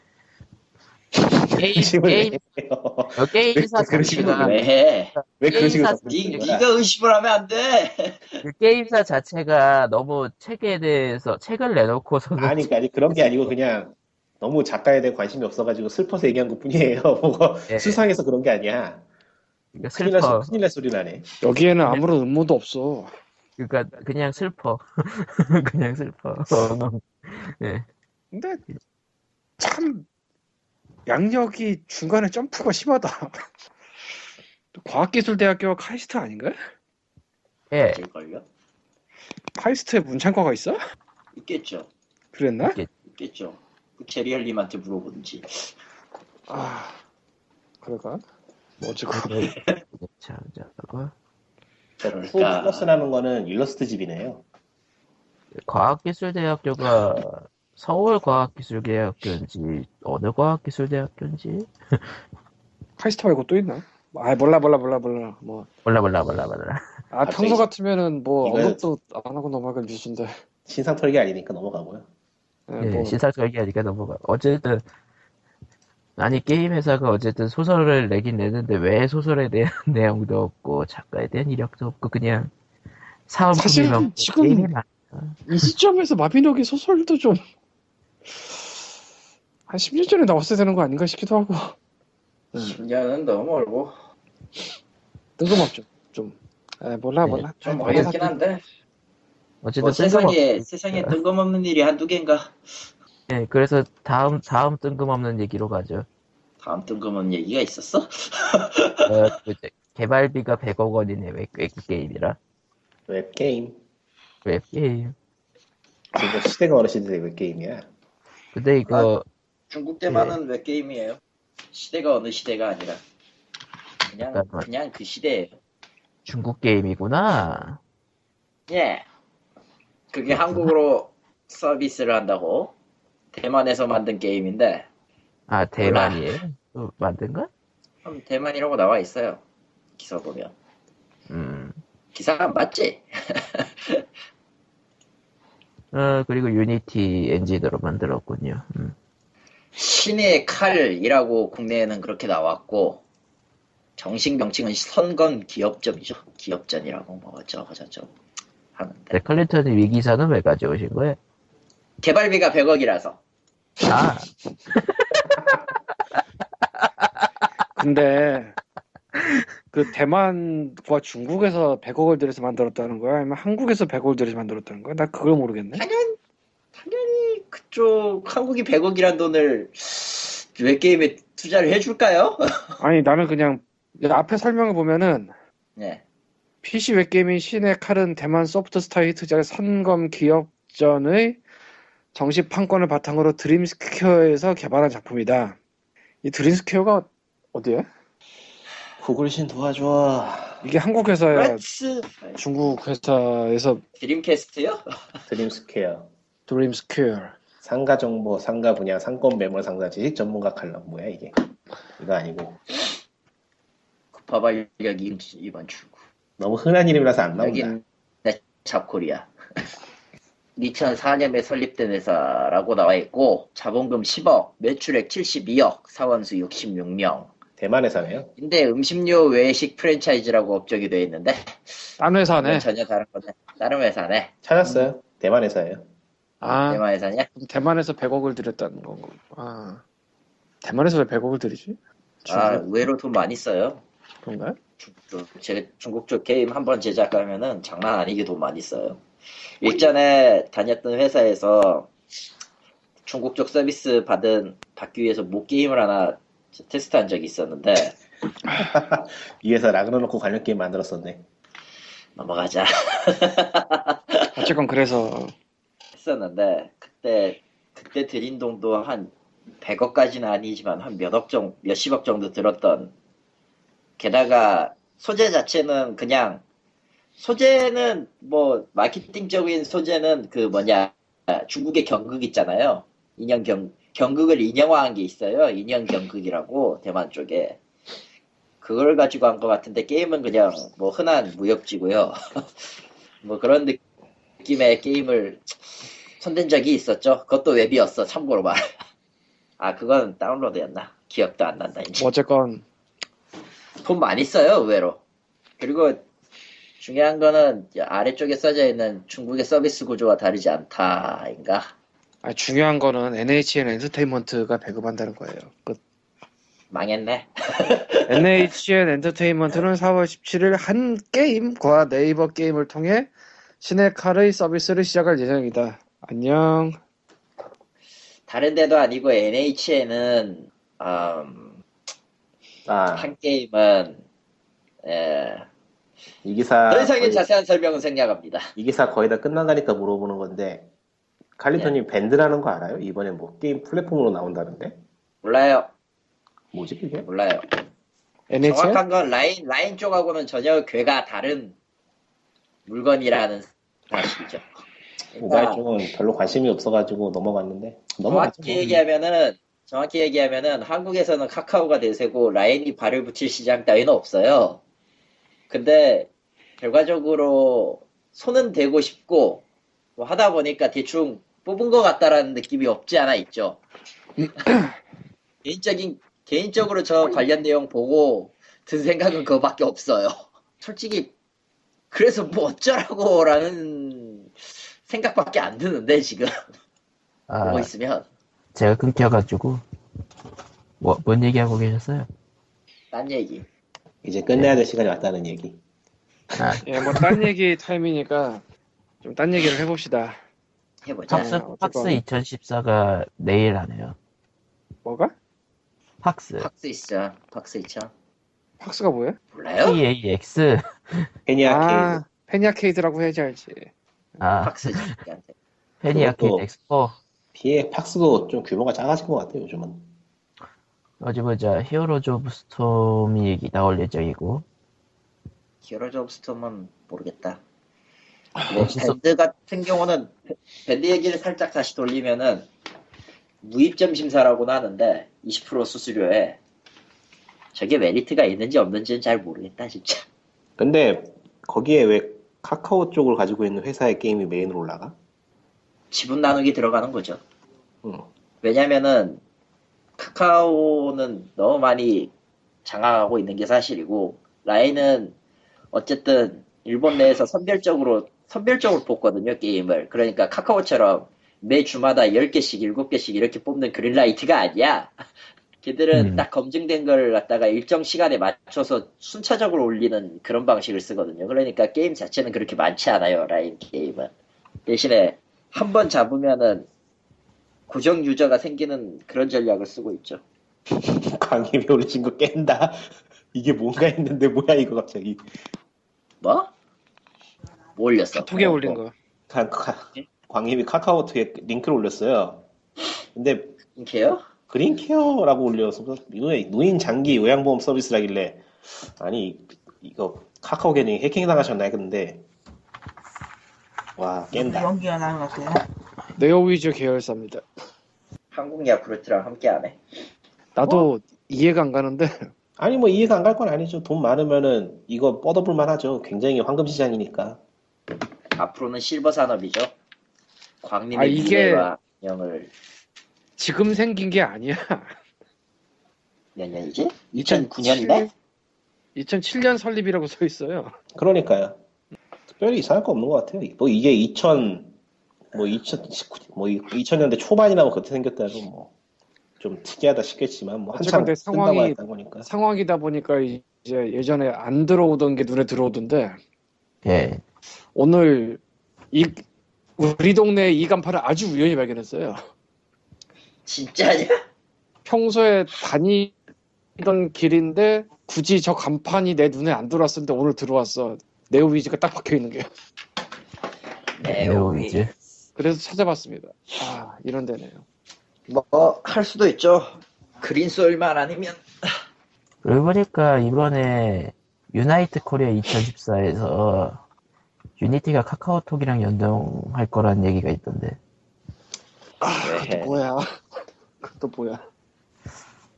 [SPEAKER 1] 게임
[SPEAKER 3] 의심을 왜
[SPEAKER 1] 게임
[SPEAKER 3] 해요?
[SPEAKER 1] 어, 게임사
[SPEAKER 3] 왜 그런 식으로
[SPEAKER 1] 자체가
[SPEAKER 2] 왜 해?
[SPEAKER 3] 왜 그런 식으로
[SPEAKER 1] 게임사-
[SPEAKER 2] 니,
[SPEAKER 3] 접근하는 거야?
[SPEAKER 2] 네가 의심을 하면 안 돼.
[SPEAKER 1] 그 게임사 자체가 너무 책에 대해서 책을 내놓고서는
[SPEAKER 3] 아니 아니 그런 게 아니고 그냥 너무 작가에 대해 관심이 없어가지고 슬퍼서 얘기한 것 뿐이에요. 뭐가
[SPEAKER 1] 예.
[SPEAKER 3] 수상해서 그런 게 아니야.
[SPEAKER 1] 그러니까
[SPEAKER 3] 큰일 날,
[SPEAKER 1] 슬퍼
[SPEAKER 3] 소- 큰일 날 소리 나네.
[SPEAKER 4] 여기에는 아무런 음모도 없어.
[SPEAKER 1] 그러니까 그냥 슬퍼 그냥 슬퍼
[SPEAKER 4] 근데 참 양력이 중간에 점프가 심하다. 또 과학기술대학교가 카이스트 아닌가요?
[SPEAKER 1] 예
[SPEAKER 2] 걸요?
[SPEAKER 4] 카이스트에 문창과가 있어?
[SPEAKER 2] 있겠죠.
[SPEAKER 4] 그랬나?
[SPEAKER 2] 있겠죠. 그 체리얼님한테 물어보든지.
[SPEAKER 4] 아 그럴까? 뭐 어쨌건
[SPEAKER 1] 자, 자, 그거.
[SPEAKER 3] 저 투
[SPEAKER 2] 그러니까.
[SPEAKER 3] 플러스라는 거는 일러스트 집이네요.
[SPEAKER 1] 과학기술대학교가 서울과학기술대학교인지 어느 과학기술대학교인지
[SPEAKER 4] 카이스트 말고 또 있나? 아 몰라 몰라 몰라 몰라 뭐.
[SPEAKER 1] 몰라 몰라 몰라 몰라
[SPEAKER 4] 아
[SPEAKER 3] 갑자기
[SPEAKER 4] 평소 같으면은 뭐
[SPEAKER 3] 이거는-
[SPEAKER 4] 언급도 안 하고 넘어갈 뉴스인데.
[SPEAKER 3] 신상 털기 아니니까 넘어가고요.
[SPEAKER 4] 예,
[SPEAKER 1] 예,
[SPEAKER 4] 뭐
[SPEAKER 1] 시사 설계하니까 넘어가 어쨌든 아니 게임 회사가 어쨌든 소설을 내긴 내는데 왜 소설에 대한 내용도 없고 작가에 대한 이력도 없고 그냥
[SPEAKER 4] 사실
[SPEAKER 1] 사업품이면
[SPEAKER 4] 지금-
[SPEAKER 1] 게임이 나-
[SPEAKER 4] 이 시점에서 마비노기 소설도 좀 한 10년 전에 나왔어야 되는 거 아닌가 싶기도 하고
[SPEAKER 2] 십 10년은 너무 멀고
[SPEAKER 4] 뜬금없죠 좀 에, 몰라
[SPEAKER 1] 네,
[SPEAKER 4] 몰라
[SPEAKER 2] 좀
[SPEAKER 4] 아,
[SPEAKER 2] 어이없긴
[SPEAKER 4] 몰라.
[SPEAKER 2] 한데
[SPEAKER 1] 어쨌든
[SPEAKER 2] 뭐 세상에
[SPEAKER 1] 뜬금없- 네.
[SPEAKER 2] 세상에 뜬금없는 일이 한두 개인가
[SPEAKER 1] 예, 그래서 다음 다음 뜬금없는 얘기로 가죠.
[SPEAKER 2] 다음 뜬금없는 얘기가 있었어?
[SPEAKER 1] 어, 그 이제 개발비가 100억 원이네 웹, 웹 게임이라
[SPEAKER 3] 웹 게임.
[SPEAKER 1] 웹 게임.
[SPEAKER 3] 지금 뭐 시대가 어느 시대의 웹 게임이야.
[SPEAKER 1] 근데
[SPEAKER 4] 아.
[SPEAKER 1] 이거
[SPEAKER 2] 중국 대만은 왜 게임이에요? 네. 시대가 어느 시대가 아니라 그냥
[SPEAKER 1] 잠깐만.
[SPEAKER 2] 그냥 그 시대예요.
[SPEAKER 1] 중국 게임이구나.
[SPEAKER 2] 예. 그게 한국으로 서비스를 한다고 대만에서 만든 게임인데
[SPEAKER 1] 아 대만이에요. 또 만든가?
[SPEAKER 2] 음, 대만이라고 나와 있어요. 기사 보면
[SPEAKER 1] 음.
[SPEAKER 2] 기사가 맞지?
[SPEAKER 1] 어 그리고 유니티 엔진으로 만들었군요. 음.
[SPEAKER 2] 신의 칼이라고 국내에는 그렇게 나왔고 정식 명칭은 선건 기업점이죠. 기업전이라고 뭐 어쩌고 저쩌고 하는데
[SPEAKER 1] 네, 데클레턴의 위기사는 왜 가져오신 거예요?
[SPEAKER 2] 개발비가 100억이라서
[SPEAKER 1] 아,
[SPEAKER 4] 근데 그 대만과 중국에서 100억을 들여서 만들었다는 거야? 아니면 한국에서 100억을 들여서 만들었다는 거야? 나 그걸 모르겠네.
[SPEAKER 2] 당연 당연히 그쪽 한국이 100억이란 돈을 왜 게임에 투자를 해줄까요?
[SPEAKER 4] 아니 나는 그냥 앞에 설명을 보면은
[SPEAKER 2] 네.
[SPEAKER 4] PC 웹게임인 신의 칼은 대만 소프트 스타의 투자를 선검 기업전의 정식 판권을 바탕으로 드림스퀘어에서 개발한 작품이다. 이 드림스퀘어가 어디에?
[SPEAKER 3] 구글 신 도와줘.
[SPEAKER 4] 이게 한국 회사야,
[SPEAKER 2] 프랑스
[SPEAKER 4] 중국 회사에서
[SPEAKER 2] 드림캐스트요?
[SPEAKER 3] 드림스퀘어.
[SPEAKER 4] 드림스퀘어.
[SPEAKER 3] 상가 정보, 상가 분야, 상권 매물 상가 지식 전문가 칼럼 뭐야 이게? 이거 아니고
[SPEAKER 2] 쿠파바 일격 이번 출구
[SPEAKER 3] 너무 흔한 이름이라서 안 나온다.
[SPEAKER 2] 여기는 잡코리아 2004년에 설립된 회사라고 나와 있고 자본금 10억, 매출액 72억, 사원수 66명.
[SPEAKER 3] 대만 회사네요.
[SPEAKER 2] 근데 음식료 외식 프랜차이즈라고 업적이 되어 있는데
[SPEAKER 4] 딴 아, 회사네.
[SPEAKER 2] 이건 전혀 다른 거네. 다른 회사네.
[SPEAKER 3] 찾았어요.
[SPEAKER 2] 음.
[SPEAKER 3] 대만 회사예요.
[SPEAKER 4] 아,
[SPEAKER 2] 대만 회사냐?
[SPEAKER 4] 대만에서 100억을 들였다는 거고. 아, 대만에서 왜 100억을 들이지?
[SPEAKER 2] 아
[SPEAKER 4] 중국
[SPEAKER 2] 의외로 돈 많이 써요.
[SPEAKER 4] 그런가요?
[SPEAKER 2] 중국, 어, 제 중국 쪽 게임 한 번 제작하면은 장난 아니게 돈 많이 써요. 일전에 다녔던 회사에서 중국 쪽 서비스 받은 받기 위해서 모 게임을 하나 테스트한 적이 있었는데
[SPEAKER 3] 이 회사 라그너놓고 관련 게임 만들었었네.
[SPEAKER 2] 넘어가자
[SPEAKER 4] 어쨌건 그래서
[SPEAKER 2] 했었는데 그때 그때 드린 돈도 한 100억까지는 아니지만 한 몇억 정도 몇십억 정도 들었던 게다가 소재 자체는 그냥 소재는 뭐 마케팅적인 소재는 그 뭐냐 중국의 경극 있잖아요 인형 경 경극을 인형화한 게 있어요 인형 경극이라고 대만 쪽에 그걸 가지고 한 것 같은데 게임은 그냥 뭐 흔한 무협지고요 뭐 그런 느낌의 게임을 손댄 적이 있었죠. 그것도 웹이었어. 참고로 말. 아 그건 다운로드였나? 기억도 안 난다 이제.
[SPEAKER 4] 뭐 어쨌건
[SPEAKER 2] 돈 많이 써요 의외로. 그리고 중요한 거는 아래쪽에 써져 있는 중국의 서비스 구조와 다르지 않다인가.
[SPEAKER 4] 아, 중요한 거는 NHN 엔터테인먼트가 배급한다는 거예요. 그 끝.
[SPEAKER 2] 망했네.
[SPEAKER 4] NHN 엔터테인먼트는 4월 17일 한 게임과 네이버 게임을 통해 신의 칼의 서비스를 시작할 예정이다. 안녕.
[SPEAKER 2] 다른 데도 아니고 NH에는
[SPEAKER 3] 아,
[SPEAKER 2] 음, 한 게임은 에,
[SPEAKER 3] 이 기사
[SPEAKER 2] 더 이상의
[SPEAKER 3] 아, 거의-
[SPEAKER 2] 자세한 설명은 생략합니다.
[SPEAKER 3] 이 기사 거의 다 끝나가니까 물어보는 건데 칼리토님 밴드라는 거 알아요? 이번에 뭐 게임 플랫폼으로 나온다는데
[SPEAKER 2] 몰라요.
[SPEAKER 3] 뭐지 그게?
[SPEAKER 2] 몰라요.
[SPEAKER 4] NHN?
[SPEAKER 2] 정확한 건 라인 라인 쪽하고는 전혀 괴가 다른 물건이라는 사실이죠.
[SPEAKER 3] 모바일
[SPEAKER 2] 그러니까
[SPEAKER 3] 쪽은 뭐 별로 관심이 없어가지고 넘어갔는데 넘어갔죠. 뭐.
[SPEAKER 2] 정확히 얘기하면은 정확히 얘기하면은 한국에서는 카카오가 대세고 라인이 발을 붙일 시장 따위는 없어요. 근데 결과적으로 손은 대고 싶고 뭐 하다 보니까 대충 뽑은 것 같다라는 느낌이 없지 않아 있죠. 개인적인 개인적으로 저 관련 내용 보고 든 생각은 그거밖에 없어요. 솔직히 그래서 뭐 어쩌라고라는 생각밖에 안 드는데 지금
[SPEAKER 1] 아
[SPEAKER 2] 보고 있으면
[SPEAKER 1] 제가 끊겨가지고 뭐, 뭔 얘기하고 계셨어요?
[SPEAKER 2] 딴 얘기.
[SPEAKER 3] 이제 끝내야 될 시간이 왔다는 얘기.
[SPEAKER 1] 아,
[SPEAKER 4] 예, 뭐 딴 얘기 타임이니까 좀 딴 얘기를 해봅시다.
[SPEAKER 2] 해보자.
[SPEAKER 1] 팍스,
[SPEAKER 4] 어쨌건.
[SPEAKER 1] 팍스 2014가 내일 하네요.
[SPEAKER 4] 뭐가?
[SPEAKER 1] 팍스.
[SPEAKER 2] 박스 있죠. 박스 있죠.
[SPEAKER 4] 팍스가 뭐야?
[SPEAKER 1] 어?
[SPEAKER 2] 몰라요?
[SPEAKER 1] 예. PAX.
[SPEAKER 3] 페니아케
[SPEAKER 4] 아, 페니아케이드라고 해야지 알지.
[SPEAKER 1] 아,
[SPEAKER 2] 박스 저기한테.
[SPEAKER 1] 페니아켓
[SPEAKER 3] 그것도-
[SPEAKER 1] 엑스포.
[SPEAKER 3] 피해 팍스도 좀 규모가 작아진 것 같아요 요즘은.
[SPEAKER 1] 어디 보자. 뭐, 히어로즈 오브 스톰이 얘기 나올 예정이고.
[SPEAKER 2] 히어로즈 오브 스톰은 모르겠다. 뭐
[SPEAKER 1] 멋있어.
[SPEAKER 2] 밴드 같은 경우는 밴드 얘기를 살짝 다시 돌리면은 무입점 심사라고는 하는데 20% 수수료에 저게 메리트가 있는지 없는지는 잘 모르겠다 진짜.
[SPEAKER 3] 근데 거기에 왜 카카오 쪽을 가지고 있는 회사의 게임이 메인으로 올라가?
[SPEAKER 2] 지분 나누기 들어가는 거죠.
[SPEAKER 3] 응.
[SPEAKER 2] 왜냐면은 카카오는 너무 많이 장악하고 있는 게 사실이고 라인은 어쨌든 일본 내에서 선별적으로 선별적으로 뽑거든요 게임을 그러니까 카카오처럼 매 주마다 10개씩 7개씩 이렇게 뽑는 그린라이트가 아니야 걔들은
[SPEAKER 1] 음.
[SPEAKER 2] 딱 검증된 걸 갖다가 일정 시간에 맞춰서 순차적으로 올리는 그런 방식을 쓰거든요 그러니까 게임 자체는 그렇게 많지 않아요 라인 게임은 대신에 한 번 잡으면은 고정 유저가 생기는 그런 전략을 쓰고 있죠
[SPEAKER 3] 광님이 올리신 거 깬다. 이게 뭔가 했는데 뭐야 이거 갑자기.
[SPEAKER 2] 뭐? 뭐 올렸어?
[SPEAKER 3] 톡에
[SPEAKER 4] 톡에
[SPEAKER 3] 올린
[SPEAKER 4] 올린 거.
[SPEAKER 3] 가- 가- 광님이 카카오톡에 링크를 올렸어요. 근데
[SPEAKER 2] 링크요?
[SPEAKER 3] 그린케어라고 올려서 노인, 노인 장기 요양보험 서비스라길래 아니 이거 카카오 계정이 해킹 당하셨나 했는데 와 깬다.
[SPEAKER 5] 연기가 나온 것 같아요.
[SPEAKER 4] 네오위즈 계열사입니다.
[SPEAKER 2] 한국 야쿠르트랑 함께하네. 어?
[SPEAKER 4] 나도 이해가 안 가는데
[SPEAKER 3] 아니 뭐 이해가 안 갈 건 아니죠. 돈 많으면은 이거 뻗어볼 만하죠. 굉장히 황금 시장이니까.
[SPEAKER 2] 앞으로는 실버 산업이죠. 광림의
[SPEAKER 4] 아, 이게-
[SPEAKER 2] 미래와 영을
[SPEAKER 4] 지금 생긴 게 아니야.
[SPEAKER 2] 몇 년이지? 2009년이네?
[SPEAKER 4] 2007년 설립이라고 써 있어요.
[SPEAKER 3] 그러니까요. 특별히 이상할 거 없는 것 같아요. 뭐 이게 2000, 뭐 2019, 뭐 2000년대 초반이라고 그때 생겼다고 뭐 좀 특이하다 싶겠지만 뭐 한참
[SPEAKER 4] 어쨌건 내
[SPEAKER 3] 뜬다고
[SPEAKER 4] 상황이-
[SPEAKER 3] 했던 거니까.
[SPEAKER 4] 상황이다 보니까 이제 예전에 안 들어오던 게 눈에 들어오던데
[SPEAKER 1] 예.
[SPEAKER 4] 오늘 이 우리 동네 이 간판을 아주 우연히 발견했어요.
[SPEAKER 2] 진짜냐?
[SPEAKER 4] 평소에 다니던 길인데 굳이 저 간판이 내 눈에 안 들어왔었는데 오늘 들어왔어. 네오위즈가 딱 박혀 있는 게.
[SPEAKER 1] 네오이즈.
[SPEAKER 4] 그래서 찾아봤습니다. 아 이런 데네요.
[SPEAKER 2] 뭐할 수도 있죠. 그린 솔만 아니면
[SPEAKER 1] 그러고 보니까 이번에 유나이트 코리아 2014에서 유니티가 카카오톡이랑 연동할 거라는 얘기가 있던데.
[SPEAKER 2] 아,
[SPEAKER 1] 네.
[SPEAKER 2] 왜 해?
[SPEAKER 4] 뭐야? 그것도 뭐야?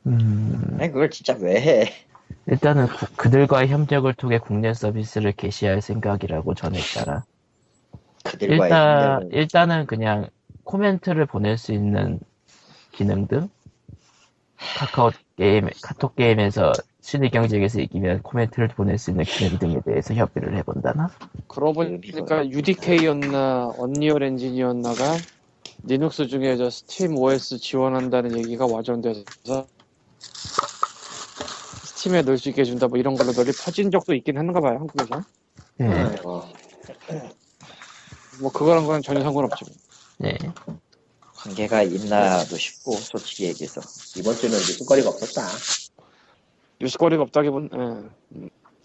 [SPEAKER 1] 음,
[SPEAKER 2] 아니 네, 그걸 진짜 왜 해?
[SPEAKER 1] 일단은 구- 그들과의 협력을 통해 국내 서비스를 개시할 생각이라고 전했잖아.
[SPEAKER 2] 그들과의
[SPEAKER 1] 일단,
[SPEAKER 2] 협력은
[SPEAKER 1] 일단은 그냥 코멘트를 보낼 수 있는 기능 등 카카오 게임, 카톡 게임에서 순위 경쟁에서 이기면 코멘트를 보낼 수 있는 기능 등에 대해서 협의를 해본다나?
[SPEAKER 4] 그러고 보니까 UDK였나 언리얼 엔진이었나가 리눅스 중에 저 스팀 OS 지원한다는 얘기가 와전돼서 스팀에 넣을 수 있게 해준다 뭐 이런 걸로 널리 퍼진 적도 있긴 했는가 봐요 한국에서
[SPEAKER 1] 네.
[SPEAKER 3] 어.
[SPEAKER 4] 뭐 그거랑 그건 전혀 상관없지 뭐.
[SPEAKER 1] 네.
[SPEAKER 2] 관계가 있나도 싶고 솔직히 얘기해서
[SPEAKER 3] 이번 주는 뉴스거리가 없었다.
[SPEAKER 4] 뉴스거리가 없다기보다 예,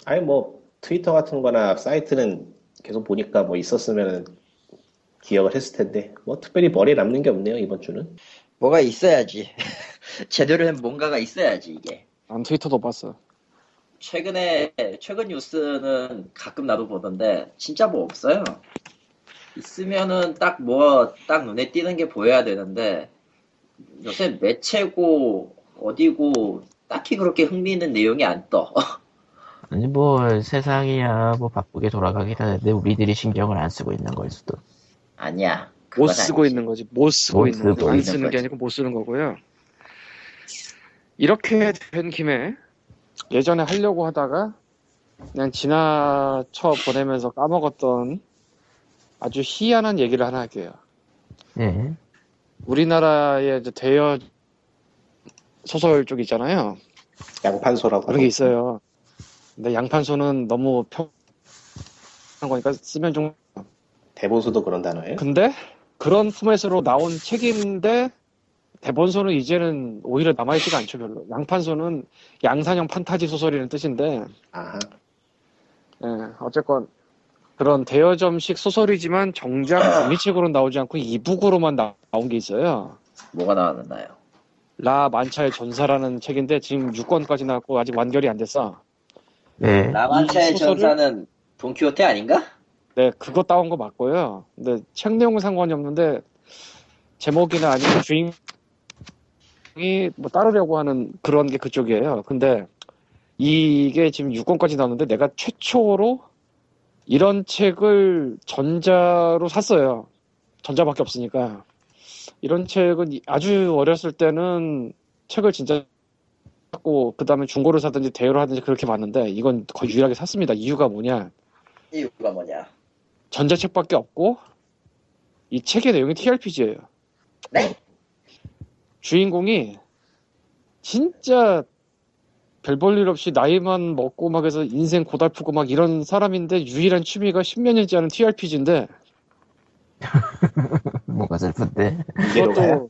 [SPEAKER 3] 아니 뭐 트위터 같은 거나 사이트는 계속 보니까 뭐 있었으면 기억을 했을 텐데 뭐 특별히 머리에 남는 게 없네요 이번 주는
[SPEAKER 2] 뭐가 있어야지. 제대로 된 뭔가가 있어야지 이게.
[SPEAKER 4] 난 트위터도 못 봤어
[SPEAKER 2] 최근에 최근 뉴스는 가끔 나도 보던데 진짜 뭐 없어요. 있으면은 딱 뭐 딱 눈에 띄는 게 보여야 되는데 요새 매체고 어디고 딱히 그렇게 흥미있는 내용이 안 떠.
[SPEAKER 1] 아니 뭐 세상이야 뭐 바쁘게 돌아가긴 하는데 우리들이 신경을 안 쓰고 있는 걸 수도
[SPEAKER 2] 아니야.
[SPEAKER 4] 못
[SPEAKER 2] 그건
[SPEAKER 4] 쓰고
[SPEAKER 2] 아니지.
[SPEAKER 4] 있는 거지 못 쓰고
[SPEAKER 1] 못
[SPEAKER 4] 있는 거지
[SPEAKER 1] 쓰고
[SPEAKER 4] 안
[SPEAKER 2] 있는
[SPEAKER 4] 쓰는 게
[SPEAKER 2] 거지.
[SPEAKER 4] 아니고 못 쓰는 거고요 이렇게 된 김에 예전에 하려고 하다가 그냥 지나쳐 보내면서 까먹었던 아주 희한한 얘기를 하나 할게요
[SPEAKER 1] 예
[SPEAKER 4] 우리나라의 이제 대여 소설 쪽 있잖아요
[SPEAKER 3] 양판소라고
[SPEAKER 4] 그런 게 있어요 근데 양판소는 너무 편한 거니까 쓰면 좀
[SPEAKER 3] 대본소도 그런 단어예요
[SPEAKER 4] 근데 그런 포맷으로 나온 책인데 대본소는 이제는 오히려 남아있지가 않죠 별로 양판소는 양산형 판타지 소설이라는 뜻인데
[SPEAKER 3] 아하
[SPEAKER 4] 예, 어쨌건 그런 대여점식 소설이지만 정작 종이책으로 나오지 않고 이북으로만 나- 나온 게 있어요
[SPEAKER 2] 뭐가 나왔나요?
[SPEAKER 4] 라 만차의 전사라는 책인데 지금 6권까지 나왔고 아직 완결이 안 됐어
[SPEAKER 1] 예.
[SPEAKER 2] 라만차의
[SPEAKER 4] 이 소설을-
[SPEAKER 2] 전사는 돈키호테 아닌가?
[SPEAKER 4] 네 그거 따온 거 맞고요 근데 책 내용은 상관이 없는데 제목이나 아니면 주인 이뭐 따르려고 하는 그런 게 그쪽이에요. 근데 이게 지금 6권까지 나왔는데 내가 최초로 이런 책을 전자로 샀어요. 전자밖에 없으니까. 이런 책은 이- 아주 어렸을 때는 책을 진짜 샀고 그 다음에 중고를 사든지 대여를 하든지 그렇게 봤는데 이건 거의 유일하게 샀습니다. 이유가 뭐냐?
[SPEAKER 2] 이유가 뭐냐?
[SPEAKER 4] 전자책밖에 없고 이 책의 내용이 TRPG예요.
[SPEAKER 2] 네?
[SPEAKER 4] 주인공이 진짜 별 볼 일 없이 나이만 먹고 막 해서 인생 고달프고 막 이런 사람인데 유일한 취미가 십몇 년째 하는 TRPG인데
[SPEAKER 1] 뭔가 슬픈데.
[SPEAKER 3] 이대로 가요?
[SPEAKER 4] 그것도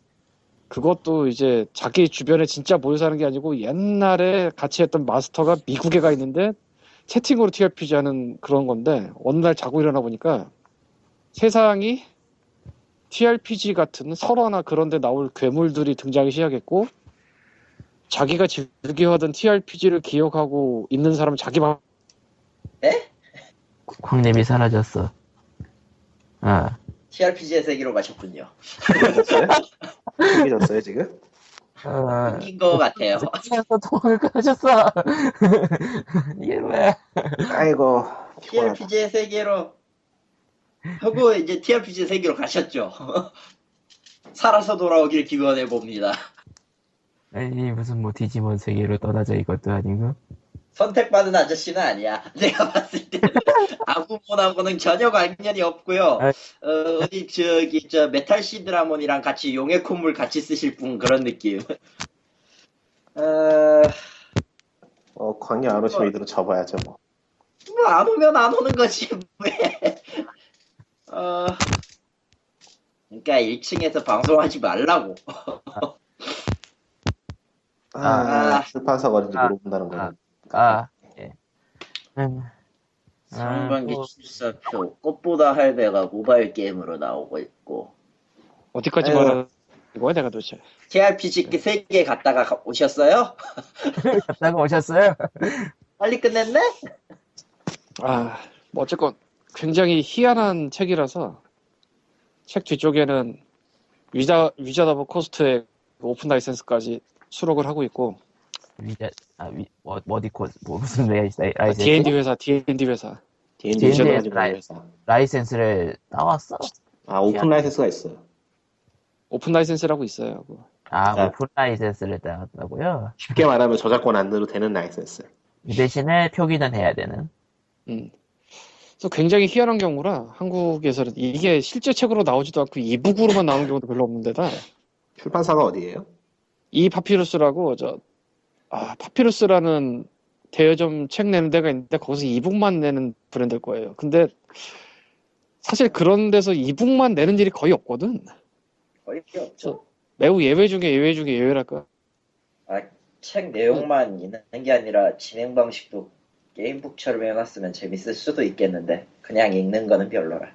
[SPEAKER 4] 그것도 이제 자기 주변에 진짜 모여 사는 게 아니고 옛날에 같이 했던 마스터가 미국에 가 있는데 채팅으로 TRPG 하는 그런 건데 어느 날 자고 일어나 보니까 세상이 TRPG 같은 설화나 그런 데 나올 괴물들이 등장하기 시작했고 자기가 즐겨하던 TRPG를 기억하고 있는 사람은 자기만
[SPEAKER 1] 광님이 사라졌어. 아,
[SPEAKER 2] TRPG의 세계로 가셨군요.
[SPEAKER 3] 숨겨졌어요? 숨겨졌어요 지금?
[SPEAKER 1] 아,
[SPEAKER 2] 생긴 거 같아요.
[SPEAKER 4] 어,
[SPEAKER 1] 그래서 통을 끊으셨어. 이게 뭐야?
[SPEAKER 3] 아이고 피곤하다.
[SPEAKER 2] TRPG의 세계로 하고 이제 TRPG의 세계로 가셨죠. 살아서 돌아오길 기원해 봅니다.
[SPEAKER 1] 아니 무슨 뭐 디지몬 세계로 떠나자 이것도 아니고.
[SPEAKER 2] 선택받은 아저씨는 아니야. 내가 봤을 때는 아구몬하고는 전혀 관련이 없고요.
[SPEAKER 1] 아.
[SPEAKER 2] 어, 어디 저기 저 메탈 시드라몬이랑 같이 용의 콧물 같이 쓰실 분 그런 느낌. 어,
[SPEAKER 3] 어 광희 안 오시면 이대로 접어야죠 뭐.
[SPEAKER 2] 뭐안 오면 안 오는 거지 왜? 어, 그러니까 1층에서 방송하지 말라고.
[SPEAKER 3] 아,
[SPEAKER 2] 아.
[SPEAKER 3] 출판사가 어딘지
[SPEAKER 1] 아.
[SPEAKER 3] 물어본다는 거예요
[SPEAKER 1] 아, 예. 음, 아,
[SPEAKER 2] 아, 상반기
[SPEAKER 1] 뭐.
[SPEAKER 2] 출사표 꽃보다 할배가 모바일 게임으로 나오고 있고
[SPEAKER 4] 어디까지
[SPEAKER 3] 아이고.
[SPEAKER 4] 말하는 거야 내가 도대체 네.
[SPEAKER 2] TRPG 세계 갔다가 가- 오셨어요?
[SPEAKER 1] 갔다가 오셨어요?
[SPEAKER 2] 빨리 끝냈네?
[SPEAKER 4] 아, 뭐 어쨌건 굉장히 희한한 책이라서 책 뒤쪽에는 위자 위자더버 코스트의 오픈 라이센스까지 수록을 하고 있고
[SPEAKER 1] 위자, 아, 위, 뭐, 어디 코, 뭐, 무슨 라이센스,
[SPEAKER 2] 아,
[SPEAKER 4] 아, D&D 회사 D&D 회사
[SPEAKER 3] D&D
[SPEAKER 1] D&D
[SPEAKER 3] 전화하지
[SPEAKER 1] 라이브.
[SPEAKER 3] 말면서.
[SPEAKER 1] 라이센스를 따왔어?
[SPEAKER 3] 아 오픈 라이센스가 있어요.
[SPEAKER 4] 오픈 라이센스라고 있어요. 뭐. 그거.
[SPEAKER 1] 아,
[SPEAKER 3] 네.
[SPEAKER 1] 오픈 라이센스를 따왔다고요?
[SPEAKER 3] 쉽게 말하면 저작권 안 내도 되는 라이센스.
[SPEAKER 1] 이 대신에 표기는 해야 되는.
[SPEAKER 4] 음. 그래서 굉장히 희한한 경우라 한국에서는 이게 실제 책으로 나오지도 않고 이북으로만 나오는 경우도 별로 없는데다
[SPEAKER 3] 출판사가 어디예요?
[SPEAKER 4] 이 파피루스라고 저 아, 파피루스라는 대여점 책 내는 데가 있는데 거기서 이북만 내는 브랜드일 거예요. 근데 사실 그런 데서 이북만 내는 일이 거의 없거든.
[SPEAKER 2] 거의 없죠.
[SPEAKER 4] 매우 예외 중에 예외 중에 예외랄까.
[SPEAKER 2] 책
[SPEAKER 4] 네.
[SPEAKER 2] 내용만 있는 게 아니라 진행 방식도 게임북처럼 해놨으면 재밌을 수도 있겠는데 그냥 읽는 거는 별로라.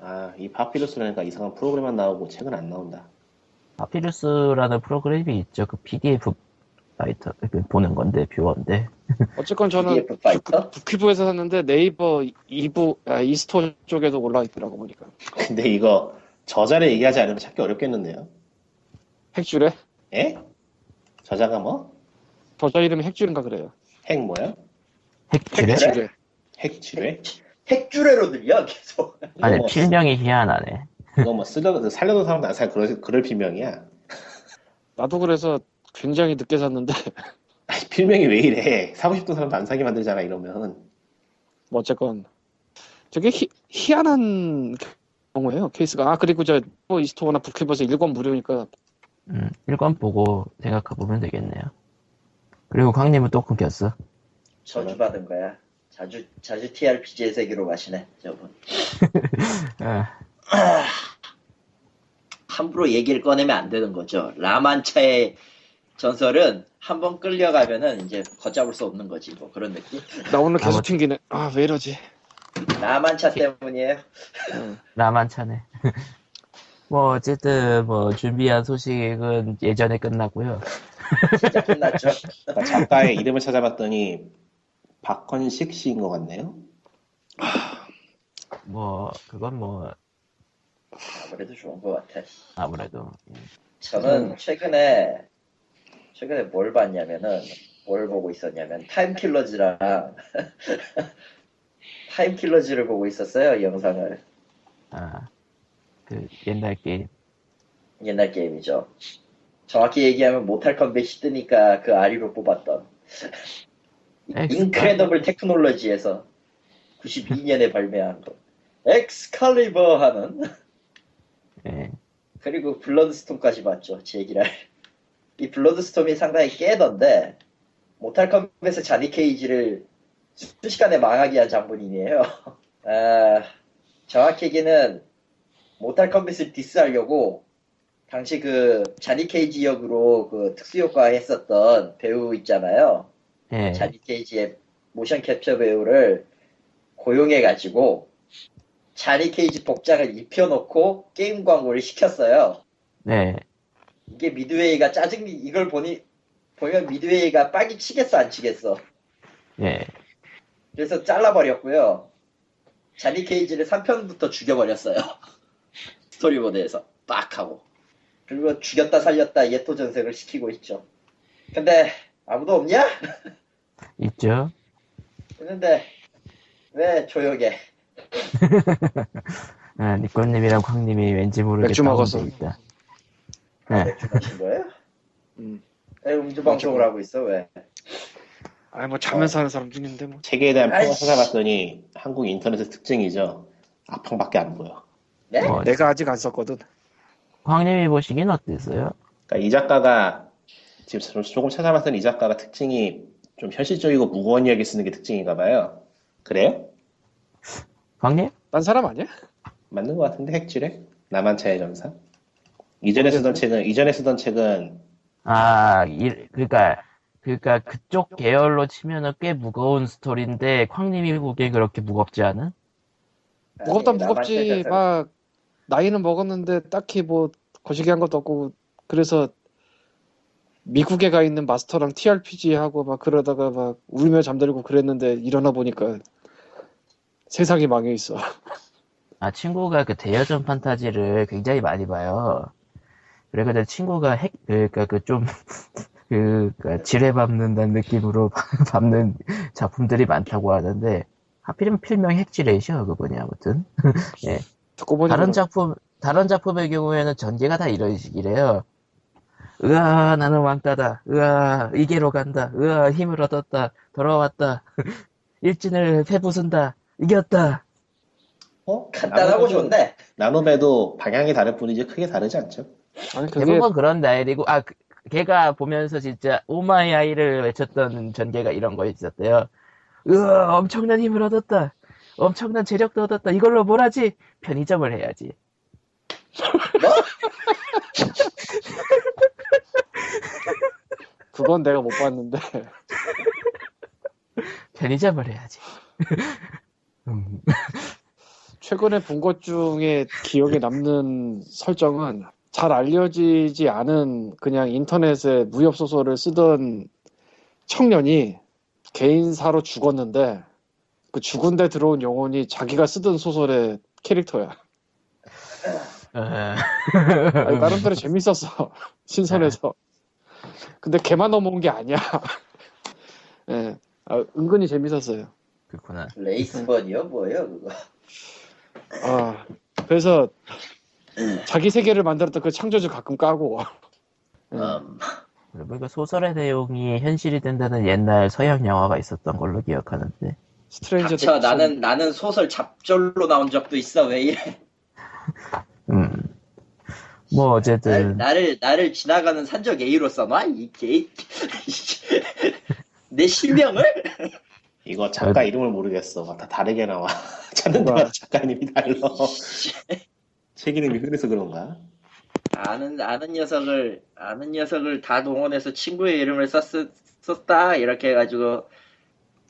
[SPEAKER 3] 아이 파피루스라니까 이상한 프로그램만 나오고 책은 안 나온다.
[SPEAKER 1] 파피루스라는 아, 프로그램이 있죠. 그 PDF 라이터, 그 보는 건데, 뷰어인데.
[SPEAKER 4] 어쨌건 저는
[SPEAKER 2] PDF
[SPEAKER 4] 그
[SPEAKER 2] 파이터?
[SPEAKER 4] 북큐브에서 샀는데 네이버 이북 아, 이스토어 쪽에도 올라와 있더라고 보니까
[SPEAKER 3] 근데 이거 저자를 얘기하지 않으면 찾기 어렵겠는데요?
[SPEAKER 4] 핵줄에
[SPEAKER 3] 에? 저자가 뭐?
[SPEAKER 4] 저자 이름이 핵줄인가 그래요.
[SPEAKER 3] 핵 뭐야?
[SPEAKER 1] 핵줄에?
[SPEAKER 2] 그래?
[SPEAKER 4] 핵줄에.
[SPEAKER 3] 핵지뢰?
[SPEAKER 2] 핵주례로 들려 계속.
[SPEAKER 1] 아니, 네.
[SPEAKER 3] 뭐,
[SPEAKER 1] 필명이 희한하네.
[SPEAKER 3] 이거 뭐 쓰려 살려는 사람도 안 살 그럴 그럴 필명이야.
[SPEAKER 4] 나도 그래서 굉장히 늦게 샀는데
[SPEAKER 3] 아니, 필명이 왜 이래? 사고 싶은 사람도 안 사게 만들잖아 이러면.
[SPEAKER 4] 뭐 어쨌건 되게 희, 희한한 경우예요 케이스가 아 그리고 저 이스토어나 북큐버에서 일권 무료니까
[SPEAKER 1] 음, 1권 보고 생각해보면 되겠네요. 그리고 광님은 또 끊겼어.
[SPEAKER 2] 저주 받은 거야. 자주 자주 TRPG의 세계로 가시네 저분.
[SPEAKER 1] 아,
[SPEAKER 2] 함부로 얘기를 꺼내면 안 되는 거죠. 라만차의 전설은 한번 끌려가면은 이제 걷잡을 수 없는 거지 뭐 그런 느낌.
[SPEAKER 4] 나 오늘
[SPEAKER 1] 아,
[SPEAKER 4] 계속
[SPEAKER 1] 맞-
[SPEAKER 4] 튕기네 아 왜 이러지
[SPEAKER 2] 라만차 때문이에요.
[SPEAKER 4] 응.
[SPEAKER 1] 나만 차네. 뭐, 어쨌든, 뭐, 준비한 소식은 예전에 끝났고요.
[SPEAKER 2] 진짜 끝났죠.
[SPEAKER 3] 그러니까 작가의 이름을 찾아봤더니 박헌식 씨인 것 같네요.
[SPEAKER 1] 뭐, 그건 뭐,
[SPEAKER 2] 아무래도 좋은 것 같아.
[SPEAKER 1] 아무래도.
[SPEAKER 2] 저는 최근에 최근에 뭘 봤냐면은 뭘 보고 있었냐면 타임킬러즈랑 타임킬러즈를 보고 있었어요 이 영상을
[SPEAKER 1] 아, 그, 옛날 게임.
[SPEAKER 2] 옛날 게임이죠. 정확히 얘기하면 모탈 컴뱃이 뜨니까 그 아리로 뽑았던
[SPEAKER 1] 예,
[SPEAKER 2] 인크레더블 테크놀로지에서 92년에 발매한 거. 엑스칼리버 하는
[SPEAKER 1] 예.
[SPEAKER 2] 그리고 블러드스톰까지 봤죠 제 얘기를 이 블러드스톰이 상당히 깨던데 모탈 컴뱃의 자니 케이지를 순식간에 망하게 한 장본인이에요 아, 정확히 얘기는 모탈 컴뱃을 디스하려고 당시 그 자니 케이지 역으로 그 특수효과 했었던 배우 있잖아요
[SPEAKER 1] 예.
[SPEAKER 2] 자니 케이지의 모션 캡처 배우를 고용해가지고 자니 케이지 복장을 입혀놓고 게임 광고를 시켰어요.
[SPEAKER 1] 네.
[SPEAKER 2] 이게 미드웨이가 짜증 이걸 보니 보면 미드웨이가 빡이 치겠어 안 치겠어.
[SPEAKER 1] 예.
[SPEAKER 2] 그래서 잘라버렸고요. 자니 케이지를 3편부터 죽여버렸어요. 스토리보드에서 빡 하고 그리고 죽였다 살렸다 예토 전생을 시키고 있죠. 근데 아무도 없냐?
[SPEAKER 1] 있죠.
[SPEAKER 2] 했는데 왜 조용해?
[SPEAKER 1] 아, 니꺼님이랑 광님이 왠지 모르게
[SPEAKER 4] 맥주
[SPEAKER 1] 다운돼
[SPEAKER 4] 먹어서.
[SPEAKER 1] 있다. 네.
[SPEAKER 2] 하신 거예요?
[SPEAKER 4] 음.
[SPEAKER 2] 왜 음주 방송을 하고 있어 왜?
[SPEAKER 4] 아이 뭐
[SPEAKER 1] 어.
[SPEAKER 4] 자면서 하는 사람 중인데 뭐.
[SPEAKER 3] 책에 대한 평을
[SPEAKER 2] 아이씨.
[SPEAKER 3] 찾아봤더니 한국 인터넷의 특징이죠. 앞판밖에 안 보여.
[SPEAKER 2] 네?
[SPEAKER 1] 뭐,
[SPEAKER 4] 내가 아직 안 썼거든.
[SPEAKER 1] 광님이 보시긴 어땠어요?
[SPEAKER 3] 그러니까 이 작가가 지금 저- 조금 찾아봤더니 이 작가가 특징이 좀 현실적이고 무거운 이야기 쓰는 게 특징인가 봐요. 그래요?
[SPEAKER 1] 광님?
[SPEAKER 4] 딴 사람 아니야?
[SPEAKER 3] 맞는 것 같은데 핵질에 남한차의 전사. 이전에 쓰던 책은 이전에 쓰던 책은
[SPEAKER 1] 아, 일, 그러니까 그러니까 그쪽 계열로 치면은 꽤 무거운 스토리인데 광님이 보기엔 그렇게 무겁지 않은?
[SPEAKER 4] 무겁다
[SPEAKER 2] 아니,
[SPEAKER 4] 무겁지
[SPEAKER 2] 남한테 대해서-
[SPEAKER 4] 막 나이는 먹었는데 딱히 뭐 거시기한 것도 없고 그래서 미국에 가 있는 마스터랑 TRPG 하고 막 그러다가 막 울며 잠들고 그랬는데 일어나 보니까 세상이 망해 있어.
[SPEAKER 1] 아, 친구가 그 대여전 판타지를 굉장히 많이 봐요. 그래가지고 친구가 핵, 그니까 그 좀, 그, 그 지뢰 밟는다는 느낌으로 밟는 작품들이 많다고 하는데, 하필이면 필명이 핵지뢰이셔, 그분이 아무튼.
[SPEAKER 4] 듣고 보니
[SPEAKER 1] 다른 작품, 다른 작품의 경우에는 전개가 다 이런 식이래요. 으아, 나는 왕따다. 으아, 이계로 간다. 으아, 힘을 얻었다. 돌아왔다. 일진을 패부순다. 이겼다.
[SPEAKER 3] 어?
[SPEAKER 2] 간단하고 좋은데
[SPEAKER 3] 나노배도 방향이 다를 뿐이지 크게 다르지 않죠.
[SPEAKER 4] 아니 그게
[SPEAKER 1] 대부분 그런 나일이고 아 그- 걔가 보면서 진짜 오마이 아이를 외쳤던 전개가 이런 거 있었대요. 으아 엄청난 힘을 얻었다. 엄청난 재력도 얻었다. 이걸로 뭘 하지? 편의점을 해야지.
[SPEAKER 4] 그건 내가 못 봤는데
[SPEAKER 1] 편의점을 해야지. 음,
[SPEAKER 4] 최근에 본 것 중에 기억에 남는 설정은 잘 알려지지 않은 그냥 인터넷에 무협 소설을 쓰던 청년이 개인사로 죽었는데 그 죽은데 들어온 영혼이 자기가 쓰던 소설의 캐릭터야.
[SPEAKER 1] 어,
[SPEAKER 4] 아니, 나름대로 재밌었어. 신선해서. 근데 걔만 넘어온 게 아니야. 예. 아, 은근히 재밌었어요.
[SPEAKER 1] 그렇구나.
[SPEAKER 2] 레이스번이요 뭐예요 그거?
[SPEAKER 4] 아, 그래서 자기 세계를 만들었던 그 창조주 가끔 까고. 예.
[SPEAKER 2] 음,
[SPEAKER 1] 그리고 이거 그러니까 소설의 내용이 현실이 된다는 옛날 서양 영화가 있었던 걸로 기억하는데.
[SPEAKER 4] 스트레인저
[SPEAKER 2] 닥쳐
[SPEAKER 4] 데-
[SPEAKER 2] 나는 나는 소설 잡절로 나온 적도 있어 왜 이래?
[SPEAKER 1] 음. 뭐
[SPEAKER 2] 날,
[SPEAKER 1] 어쨌든
[SPEAKER 2] 나를 나를 지나가는 산적 A로 써놔 이 개. 내 실명을?
[SPEAKER 3] 이거 작가 이름을 모르겠어. 막 다 다르게 나와. 찾는
[SPEAKER 4] 뭐야.
[SPEAKER 3] 데마다 작가님이 달라. 책 이름이 그래서 그런가?
[SPEAKER 2] 아는 아는 녀석을 아는 녀석을 다 동원해서 친구의 이름을 썼, 썼다 이렇게 해가지고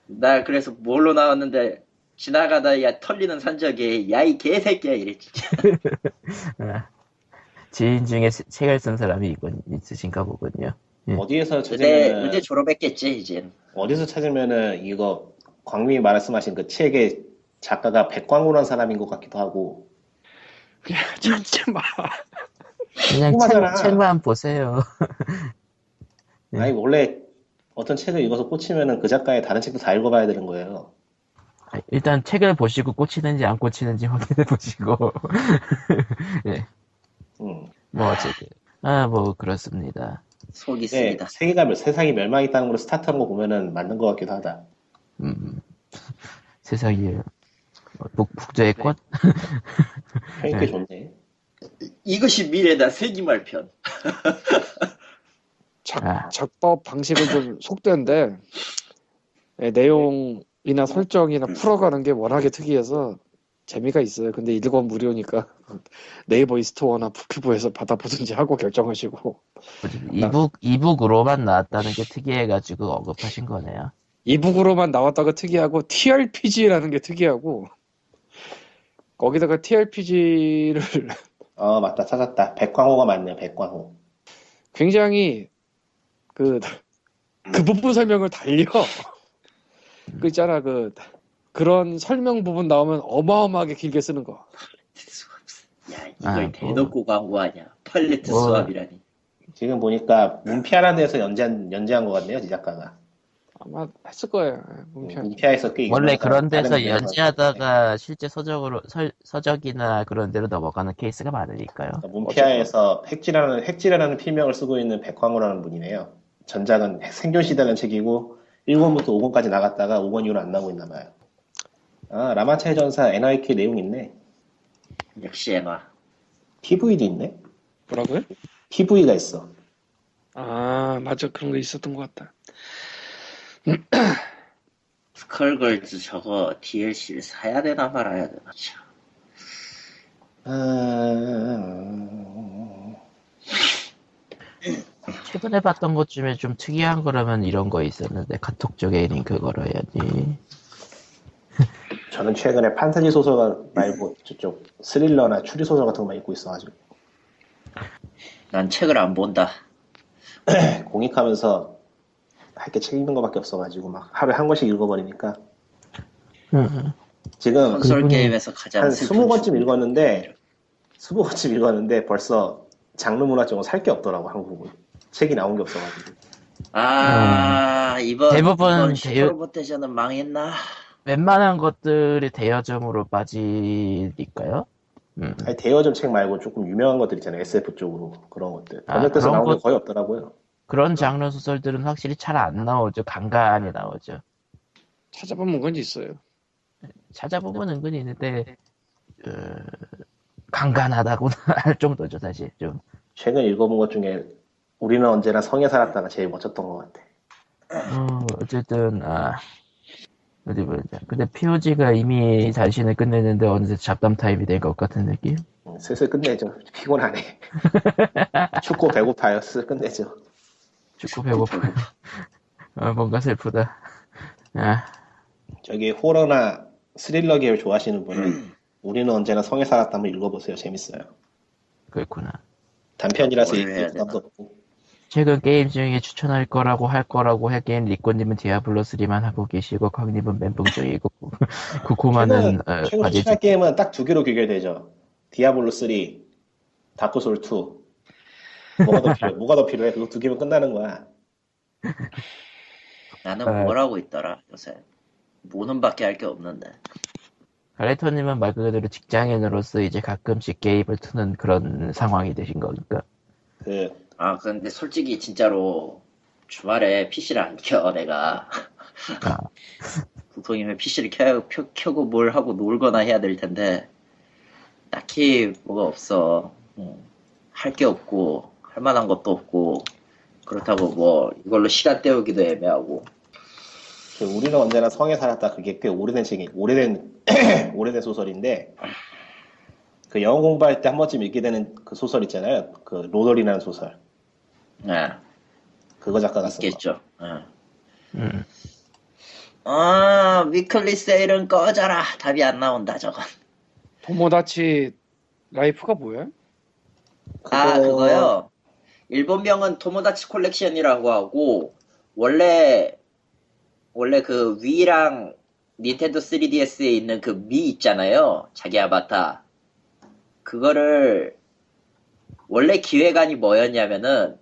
[SPEAKER 2] 나 그래서 뭘로 나왔는데 지나가다 야 털리는 산적이 야 이 개새끼야 이랬지.
[SPEAKER 1] 지인 중에 세- 책을 쓴 사람이 있군, 있으신가 보군요. 예.
[SPEAKER 3] 어디에서
[SPEAKER 2] 의대,
[SPEAKER 3] 찾으면
[SPEAKER 2] 의대 졸업했겠지 이젠.
[SPEAKER 3] 어디서 찾으면은 이거 광님이 말씀하신 그 책의 작가가 백광우란 사람인 것 같기도 하고
[SPEAKER 4] 그냥 찾지 마.
[SPEAKER 1] 그냥
[SPEAKER 3] 궁금하잖아.
[SPEAKER 1] 책, 책만 보세요. 네.
[SPEAKER 3] 아니 원래 어떤 책을 읽어서 꽂히면은 그 작가의 다른 책도 다 읽어봐야 되는 거예요.
[SPEAKER 1] 아, 일단 책을 보시고 꽂히는지 안 꽂히는지 확인해 보시고
[SPEAKER 3] 음.
[SPEAKER 1] 뭐 어쨌든 아, 뭐, 그렇습니다.
[SPEAKER 2] 속이
[SPEAKER 3] 네,
[SPEAKER 2] 쓰이다.
[SPEAKER 3] 세계가 멸- 세상이 멸망했다는 걸로 스타트한 거 보면은 맞는 것 같기도 하다.
[SPEAKER 1] 음. 세상에, 뭐, 북, 북저의 꽃?
[SPEAKER 3] 페이크 그러니까 좋네.
[SPEAKER 2] 이것이 미래다 세기말편.
[SPEAKER 4] 작,
[SPEAKER 1] 아.
[SPEAKER 4] 작법 방식은 좀 속된데 예, 내용이나 설정이나
[SPEAKER 2] 음.
[SPEAKER 4] 풀어가는 게 워낙에 특이해서 재미가 있어요. 근데 일권 무료니까 네이버 이스토어나 북큐브에서 받아보든지 하고 결정하시고
[SPEAKER 2] 네.
[SPEAKER 1] 이북, 이북으로만 나왔다는 게 특이해가지고 언급하신 거네요.
[SPEAKER 4] 이북으로만 나왔다가 특이하고 TRPG라는 게 특이하고 거기다가 TRPG를
[SPEAKER 3] 어 맞다 찾았다. 백광호가 맞네. 백광호.
[SPEAKER 4] 굉장히 그, 그 부분 설명을 달려. 그 있잖아, 그, 그런 설명 부분 나오면 어마어마하게 길게 쓰는 거.
[SPEAKER 2] 야 이걸
[SPEAKER 1] 아, 뭐.
[SPEAKER 2] 대놓고 광고하냐. 팔레트
[SPEAKER 1] 뭐.
[SPEAKER 2] 수압이라니.
[SPEAKER 3] 지금 보니까 문피아라는 데서 연재한 연재한 것 같네요. 제작가가.
[SPEAKER 4] 아마 했을 거예요. 문편.
[SPEAKER 3] 문피아에서 꽤
[SPEAKER 1] 원래
[SPEAKER 3] 유명한
[SPEAKER 1] 그런
[SPEAKER 3] 다른
[SPEAKER 1] 데서
[SPEAKER 3] 데서 네.
[SPEAKER 1] 연재하다가 실제 서적으로, 설- 서적이나 그런 데로 넘어가는 케이스가 많으니까요.
[SPEAKER 3] 그러니까 문피아에서 핵지라는 핵지라는 필명을 쓰고 있는 백광호라는 분이네요. 전작은 생존시대라는 책이고 1권부터 5권까지 나갔다가 5권 이후로 안 나오고 있나 봐요. 아 라마차의 전사 NRK 내용 있네.
[SPEAKER 2] 역시 에마.
[SPEAKER 3] TV도 있네.
[SPEAKER 4] 뭐라고요?
[SPEAKER 3] TV가 있어.
[SPEAKER 4] 아, 맞아. 그런 거 있었던 것 같다.
[SPEAKER 2] 스컬걸즈 저거 DLC를 사야 되나 말아야 되나. 참.
[SPEAKER 3] 음,
[SPEAKER 1] 최근에 봤던 것 중에 좀 특이한 거라면 이런 거 있었는데, 카톡 쪽에 있는 그거로 해야지.
[SPEAKER 3] 저는 최근에 판타지 소설 말고 저쪽 스릴러나 추리 소설 같은 것만 읽고 있어가지고
[SPEAKER 2] 난 책을 안 본다.
[SPEAKER 3] 공익하면서 할 게 책 읽는 것밖에 없어가지고 막 하루에 한 권씩 읽어버리니까
[SPEAKER 1] 음.
[SPEAKER 3] 지금
[SPEAKER 2] 콘솔
[SPEAKER 1] 그분이
[SPEAKER 2] 게임에서 가장
[SPEAKER 3] 한
[SPEAKER 2] 슬픈
[SPEAKER 3] 20권쯤
[SPEAKER 2] 중-
[SPEAKER 3] 읽었는데 20권쯤 읽었는데 벌써 장르 문화적으로 살 게 없더라고 한국은 책이 나온 게 없어가지고
[SPEAKER 2] 아 이번
[SPEAKER 1] 음. 대부분
[SPEAKER 2] 이번
[SPEAKER 1] 대여-
[SPEAKER 2] 슈퍼로보테션은 망했나?
[SPEAKER 1] 웬만한 것들이 대여점으로 빠지니까요. 음.
[SPEAKER 3] 아니 대여점 책 말고 조금 유명한 것들 있잖아요 SF 쪽으로 그런 것들
[SPEAKER 1] 아,
[SPEAKER 3] 번역돼서
[SPEAKER 1] 그런
[SPEAKER 3] 나온 게
[SPEAKER 1] 것-
[SPEAKER 3] 거의 없더라고요 그렇죠.
[SPEAKER 1] 그런 장르 소설들은 확실히 잘 안 나오죠. 간간히 나오죠.
[SPEAKER 4] 찾아보면 뭔지 있어요.
[SPEAKER 1] 찾아보면 은근히 있는데, 어, 간간하다고는 할 정도죠, 사실. 좀.
[SPEAKER 3] 최근 읽어본 것 중에 우리는 언제나 성에 살았다가 제일 멋졌던 것 같아
[SPEAKER 1] 어, 어쨌든, 아, 어디 보자. 근데 POG가 이미 단신을 끝냈는데 어느새 잡담 타임이 된 것 같은 느낌?
[SPEAKER 3] 음, 슬슬 끝내죠 피곤하네 춥고 배고파요 슬슬 끝내죠
[SPEAKER 1] 축구 배고파. 어, 뭔가 슬프다. 아,
[SPEAKER 3] 저기 호러나 스릴러 계열 좋아하시는
[SPEAKER 2] 음.
[SPEAKER 3] 분은 우리는 언제나 성에 살았다 한번 읽어보세요 재밌어요
[SPEAKER 1] 그렇구나.
[SPEAKER 3] 단편이라서
[SPEAKER 2] 뭘
[SPEAKER 3] 읽기
[SPEAKER 2] 해야
[SPEAKER 3] 부담도 없고
[SPEAKER 1] 최근 게임 중에 추천할 거라고 할 거라고 할 게임 리코님은 디아블로3만 하고 계시고 광님은 멘붕 중이고 구코마는 어,
[SPEAKER 3] 최근- 최근 추천할 게임은 딱 두 개로 귀결되죠. 디아블로 3, 다크 소울 2. 뭐가 더 필요해? 뭐가 더 필요해? 그거 두 개면 끝나는 거야.
[SPEAKER 2] 나는
[SPEAKER 1] 아.
[SPEAKER 2] 뭘 하고 있더라 요새 모는 밖에 할 게 없는데
[SPEAKER 1] 가레토님은 말 그대로 직장인으로서 이제 가끔씩 게임을 트는 그런 상황이 되신 거니까
[SPEAKER 3] 그
[SPEAKER 2] 아 근데 솔직히 진짜로 주말에 PC를 안 켜 내가
[SPEAKER 1] 아.
[SPEAKER 2] 보통이면 PC를 켜, 켜, 켜고 뭘 하고 놀거나 해야 될 텐데 딱히 뭐가 없어 음, 할 게 없고 할 만한 것도 없고 그렇다고 뭐 이걸로 시간 때우기도 애매하고
[SPEAKER 3] 그 우리는 언제나 성에 살았다 그게 꽤 오래된 책이 오래된 오래된 소설인데 그 영어 공부할 때 한 번쯤 읽게 되는 그 소설 있잖아요. 그 로돌이라는 소설.
[SPEAKER 2] 네,
[SPEAKER 3] 그거 작가가 쓴 거.
[SPEAKER 2] 있겠죠 예.
[SPEAKER 1] 음.
[SPEAKER 2] 아 위클리 세일은 꺼져라 답이 안 나온다 저건
[SPEAKER 4] 도모다치 라이프가 뭐야?
[SPEAKER 2] 아,
[SPEAKER 3] 그거-
[SPEAKER 2] 그거요? 일본명은 토모다치 콜렉션이라고 하고, 원래, 원래 그 위랑 닌텐도 3DS에 있는 그 미 있잖아요. 자기 아바타. 그거를, 원래 기획안이 뭐였냐면은,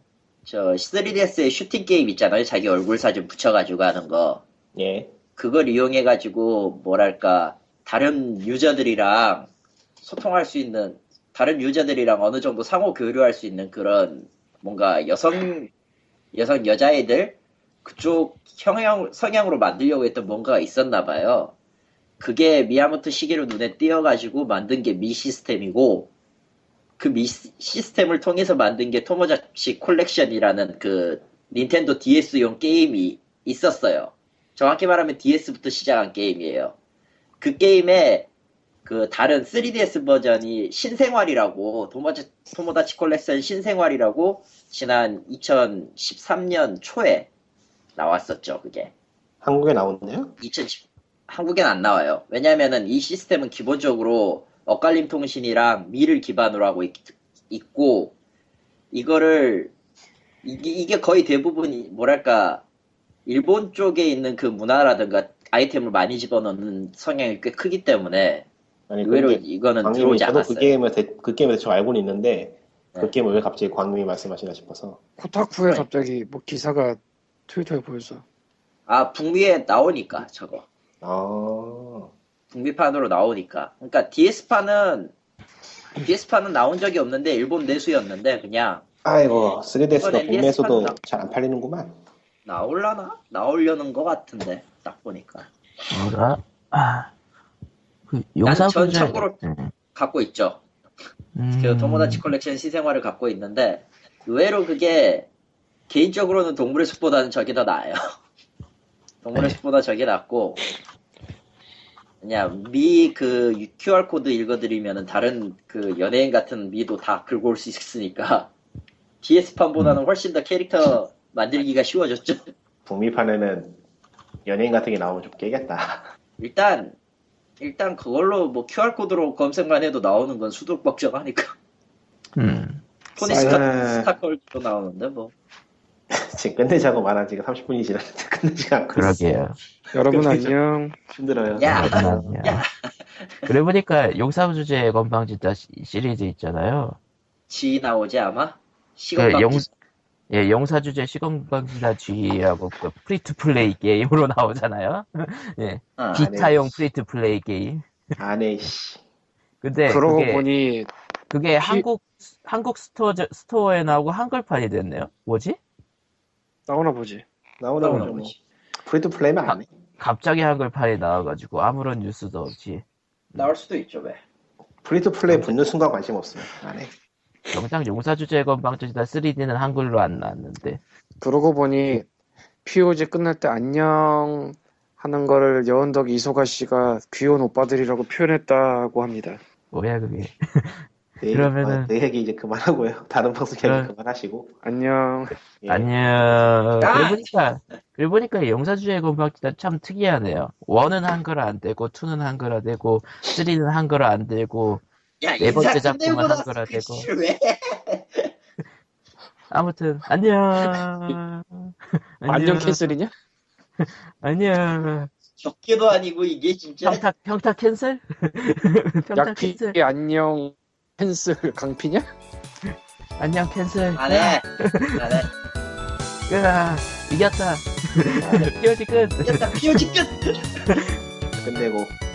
[SPEAKER 2] 저 3DS에 슈팅 게임 있잖아요. 자기 얼굴 사진 붙여가지고 하는 거.
[SPEAKER 3] 예.
[SPEAKER 2] 그걸 이용해가지고 뭐랄까 다른 유저들이랑 소통할 수 있는 다른 유저들이랑 어느 정도 상호 교류할 수 있는 그런 뭔가 여성 여성 여자애들 그쪽 형형 성향으로 만들려고 했던 뭔가가 있었나 봐요. 그게 미야모토 시계로 눈에 띄어가지고 만든 게 미 시스템이고 그 미 시스템을 통해서 만든 게 토모자치 콜렉션이라는 그 닌텐도 DS용 게임이 있었어요. 정확히 말하면 DS부터 시작한 게임이에요. 그 게임에 그 다른 3DS 버전이 신생활이라고 도모자, 토모다치 콜렉션 신생활이라고 지난 2013년 초에 나왔었죠 그게
[SPEAKER 3] 한국에 나온대요?
[SPEAKER 2] 2010 한국엔 안 나와요 왜냐면은 이 시스템은 기본적으로 엇갈림 통신이랑 미를 기반으로 하고 있, 고 이거를 이게, 이게 거의 대부분이 뭐랄까 일본 쪽에 있는 그 문화라든가 아이템을 많이 집어넣는 성향이 꽤 크기 때문에
[SPEAKER 3] 아니
[SPEAKER 2] 의외로
[SPEAKER 3] 네, 근데
[SPEAKER 2] 이거는
[SPEAKER 3] 광님이
[SPEAKER 2] 들어오지
[SPEAKER 3] 저도
[SPEAKER 2] 않았어요.
[SPEAKER 3] 그 게임을 대, 그 게임을 대충 알고는 있는데
[SPEAKER 2] 네.
[SPEAKER 3] 그 게임을 왜 갑자기 광님이 말씀하시나 싶어서
[SPEAKER 4] 코타쿠에
[SPEAKER 2] 네.
[SPEAKER 4] 갑자기 뭐 기사가 트위터에 보여서
[SPEAKER 2] 아 북미에 나오니까 저거
[SPEAKER 3] 아
[SPEAKER 2] 북미판으로 나오니까 그러니까 DS판은 DS판은 나온 적이 없는데 일본 내수였는데 그냥
[SPEAKER 3] 아이고 3DS가
[SPEAKER 2] 네. 이번에
[SPEAKER 3] 국내에서도
[SPEAKER 2] NDS
[SPEAKER 3] 잘 안 팔리는구만
[SPEAKER 2] 나올라나 나오려는 것 같은데 딱 보니까
[SPEAKER 1] 뭐라? 아, 그 용산
[SPEAKER 2] 전
[SPEAKER 1] 분들-
[SPEAKER 2] 참고로-
[SPEAKER 1] 음.
[SPEAKER 2] 갖고 있죠.
[SPEAKER 1] 음.
[SPEAKER 2] 그 토모다치 컬렉션 시생활을 갖고 있는데 의외로 그게 개인적으로는 동물의 숲보다는 저게 더 나아요. 동물의
[SPEAKER 1] 네.
[SPEAKER 2] 숲보다 저게 낫고 그냥 미 그 QR 코드 읽어드리면은 다른 그 연예인 같은 미도 다 긁어올 수 있으니까 DS
[SPEAKER 1] 음.
[SPEAKER 2] 판보다는 훨씬 더 캐릭터 만들기가 쉬워졌죠.
[SPEAKER 3] 북미판에는 연예인 같은 게 나오면 좀 깨겠다
[SPEAKER 2] 일단 일단 그걸로 뭐 QR 코드로 검색만 해도 나오는 건 수도 걱정하니까
[SPEAKER 1] 음.
[SPEAKER 2] 토니
[SPEAKER 3] 사연.
[SPEAKER 2] 스타 스타컬도 나오는데 뭐.
[SPEAKER 3] 지금 끝내자고 말한 지가 30분이 지났는데 끝내지 않고 있어
[SPEAKER 1] 그러게요.
[SPEAKER 4] 여러분
[SPEAKER 3] 그렇죠.
[SPEAKER 4] 안녕.
[SPEAKER 3] 힘들어요
[SPEAKER 2] 야.
[SPEAKER 1] 그러네요. 그래 보니까 용산 주제 건방진다 시- 시리즈 있잖아요.
[SPEAKER 2] 지 나오지 아마? 시간
[SPEAKER 1] 그
[SPEAKER 2] 방
[SPEAKER 1] 용, 예, 용사 주제 시공방지다 G라고 그 프리투 플레이 게임으로 나오잖아요. 예,
[SPEAKER 2] 아,
[SPEAKER 3] 기-
[SPEAKER 1] 기타용 프리투 플레이 게임.
[SPEAKER 3] 안에 씨
[SPEAKER 1] 근데
[SPEAKER 4] 네, 그러고
[SPEAKER 1] 그게,
[SPEAKER 4] 보니
[SPEAKER 1] 그게 한국 한국 스토어 스토어에 나오고 한글판이 됐네요. 뭐지?
[SPEAKER 4] 나오나 보지.
[SPEAKER 3] 나오나
[SPEAKER 2] 아, 나오나
[SPEAKER 3] 보죠 뭐
[SPEAKER 2] 보지.
[SPEAKER 3] 프리드 플레이면 안해
[SPEAKER 1] 갑자기 한글판이 나와가지고 아무런 뉴스도 없이
[SPEAKER 2] 나올 수도 있죠 왜?
[SPEAKER 3] 프리드
[SPEAKER 2] 아.
[SPEAKER 3] 플레이 붙는 순간 관심 없으면 안해
[SPEAKER 1] 정작 용사 주제 건방지다 3D는 한글로 안 나왔는데
[SPEAKER 4] 그러고 보니 POG 끝날 때 안녕 하는 거를 여은덕 이소가 씨가 귀여운 오빠들이라고 표현했다고 합니다.
[SPEAKER 1] 뭐야 그게?
[SPEAKER 3] 내
[SPEAKER 1] 그러면은-
[SPEAKER 3] 얘기, 그만- 내 얘기 이제 그만하고요 다른 방송 얘기
[SPEAKER 1] 그럼-
[SPEAKER 3] 그만하시고
[SPEAKER 4] 안녕.
[SPEAKER 3] 예.
[SPEAKER 1] 안녕.
[SPEAKER 2] 아!
[SPEAKER 1] 그래 보니까, 그래 보니까 용사주의 건방지다 참 특이하네요. 원은 한글화 안 되고, 투는 한글화 되고, 쓰리는 한글화 안 되고,
[SPEAKER 2] 야
[SPEAKER 1] 네
[SPEAKER 2] 인사
[SPEAKER 1] 번째
[SPEAKER 2] 끝내고
[SPEAKER 1] 작품은
[SPEAKER 2] 나서
[SPEAKER 1] 한글화 되고.
[SPEAKER 2] 글씨를 왜?
[SPEAKER 1] 아무튼 안녕.
[SPEAKER 4] 안녕 캔슬이냐?
[SPEAKER 1] 안녕.
[SPEAKER 2] 적게도 아니고 이게 진짜
[SPEAKER 1] 평타 평타 캔슬? 평타
[SPEAKER 4] 약피
[SPEAKER 1] 캔슬?
[SPEAKER 4] 안녕 캔슬 강피냐?
[SPEAKER 1] 안녕 캔슬.
[SPEAKER 4] 아,
[SPEAKER 2] 안해
[SPEAKER 4] 네.
[SPEAKER 2] 안해
[SPEAKER 1] 으아, 이겼다.
[SPEAKER 3] 아,
[SPEAKER 4] 네.
[SPEAKER 1] 피어지 끝.
[SPEAKER 2] 이겼다 피오지 끝!
[SPEAKER 3] 끝내고